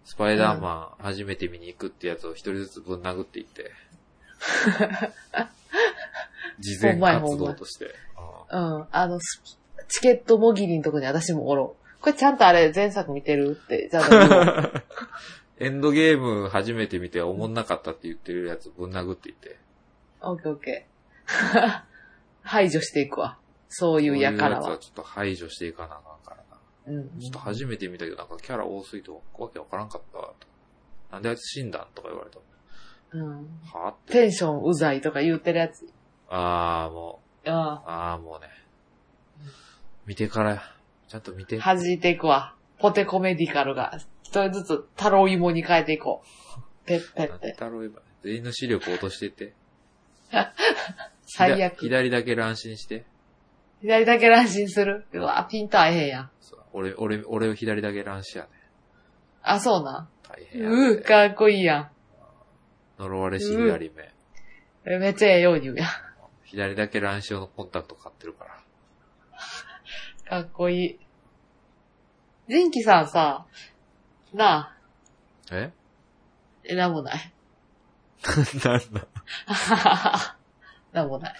Speaker 1: スパイダーマン初めて見に行くってやつを一人ずつぶん殴ってい って。事前活動として。あ
Speaker 2: うん。あの、スチケットもぎりのとこに私もおろう。これちゃんとあれ、前作見てるって、ちゃ んと言おう
Speaker 1: エンドゲーム初めて見ておもんなかったって言ってるやつぶん殴っていって。
Speaker 2: オッケーオッケー。 排除していくわ。そういうやから
Speaker 1: そういうや
Speaker 2: は。
Speaker 1: つちょっと排除していかなあかんからな。
Speaker 2: うん。
Speaker 1: ちょっと初めて見たけどなんかキャラ多すぎてわけわからんかったわと。なんであいつ死んだんとか言われた。
Speaker 2: うん。
Speaker 1: はあって。
Speaker 2: テンションうざいとか言ってるやつ。
Speaker 1: あーもう。
Speaker 2: う
Speaker 1: ああ、もうね。見てからや、ちゃんと見て。
Speaker 2: ん。弾いていくわ。ポテコメディカルが、一人ずつ太郎芋に変えていこう。ペッペ
Speaker 1: な
Speaker 2: ッ
Speaker 1: んて
Speaker 2: ペ。
Speaker 1: だろう今。全員の視力落としていって。
Speaker 2: 最悪
Speaker 1: 左左だけ乱心して。
Speaker 2: 左だけ乱心する。うわ、ピンと合えへんやん。
Speaker 1: そう俺、俺、俺を左だけ乱視やね。
Speaker 2: あ、そうな。
Speaker 1: 大変やね、
Speaker 2: うー、かっこいいや
Speaker 1: 呪われし左目。
Speaker 2: ん。めっちゃええように言うやん。
Speaker 1: 左だけ乱視用のコンタクト買ってるから。
Speaker 2: かっこいい。ジンキさんさ、なあ、
Speaker 1: え
Speaker 2: え、なんもない。
Speaker 1: なんだ。
Speaker 2: なんもない。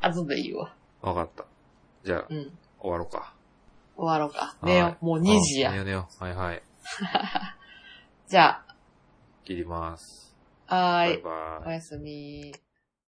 Speaker 2: 後でいいわ。
Speaker 1: わかった。じゃあ、
Speaker 2: うん。
Speaker 1: 終わろうか。
Speaker 2: 終わろうか。寝よう。もう
Speaker 1: う
Speaker 2: 2時
Speaker 1: 寝
Speaker 2: や。
Speaker 1: よう寝よう。はいはい。
Speaker 2: じゃ
Speaker 1: 切ります。
Speaker 2: あ、は
Speaker 1: バ
Speaker 2: ー
Speaker 1: イ
Speaker 2: い。
Speaker 1: バイ
Speaker 2: お。やすみ。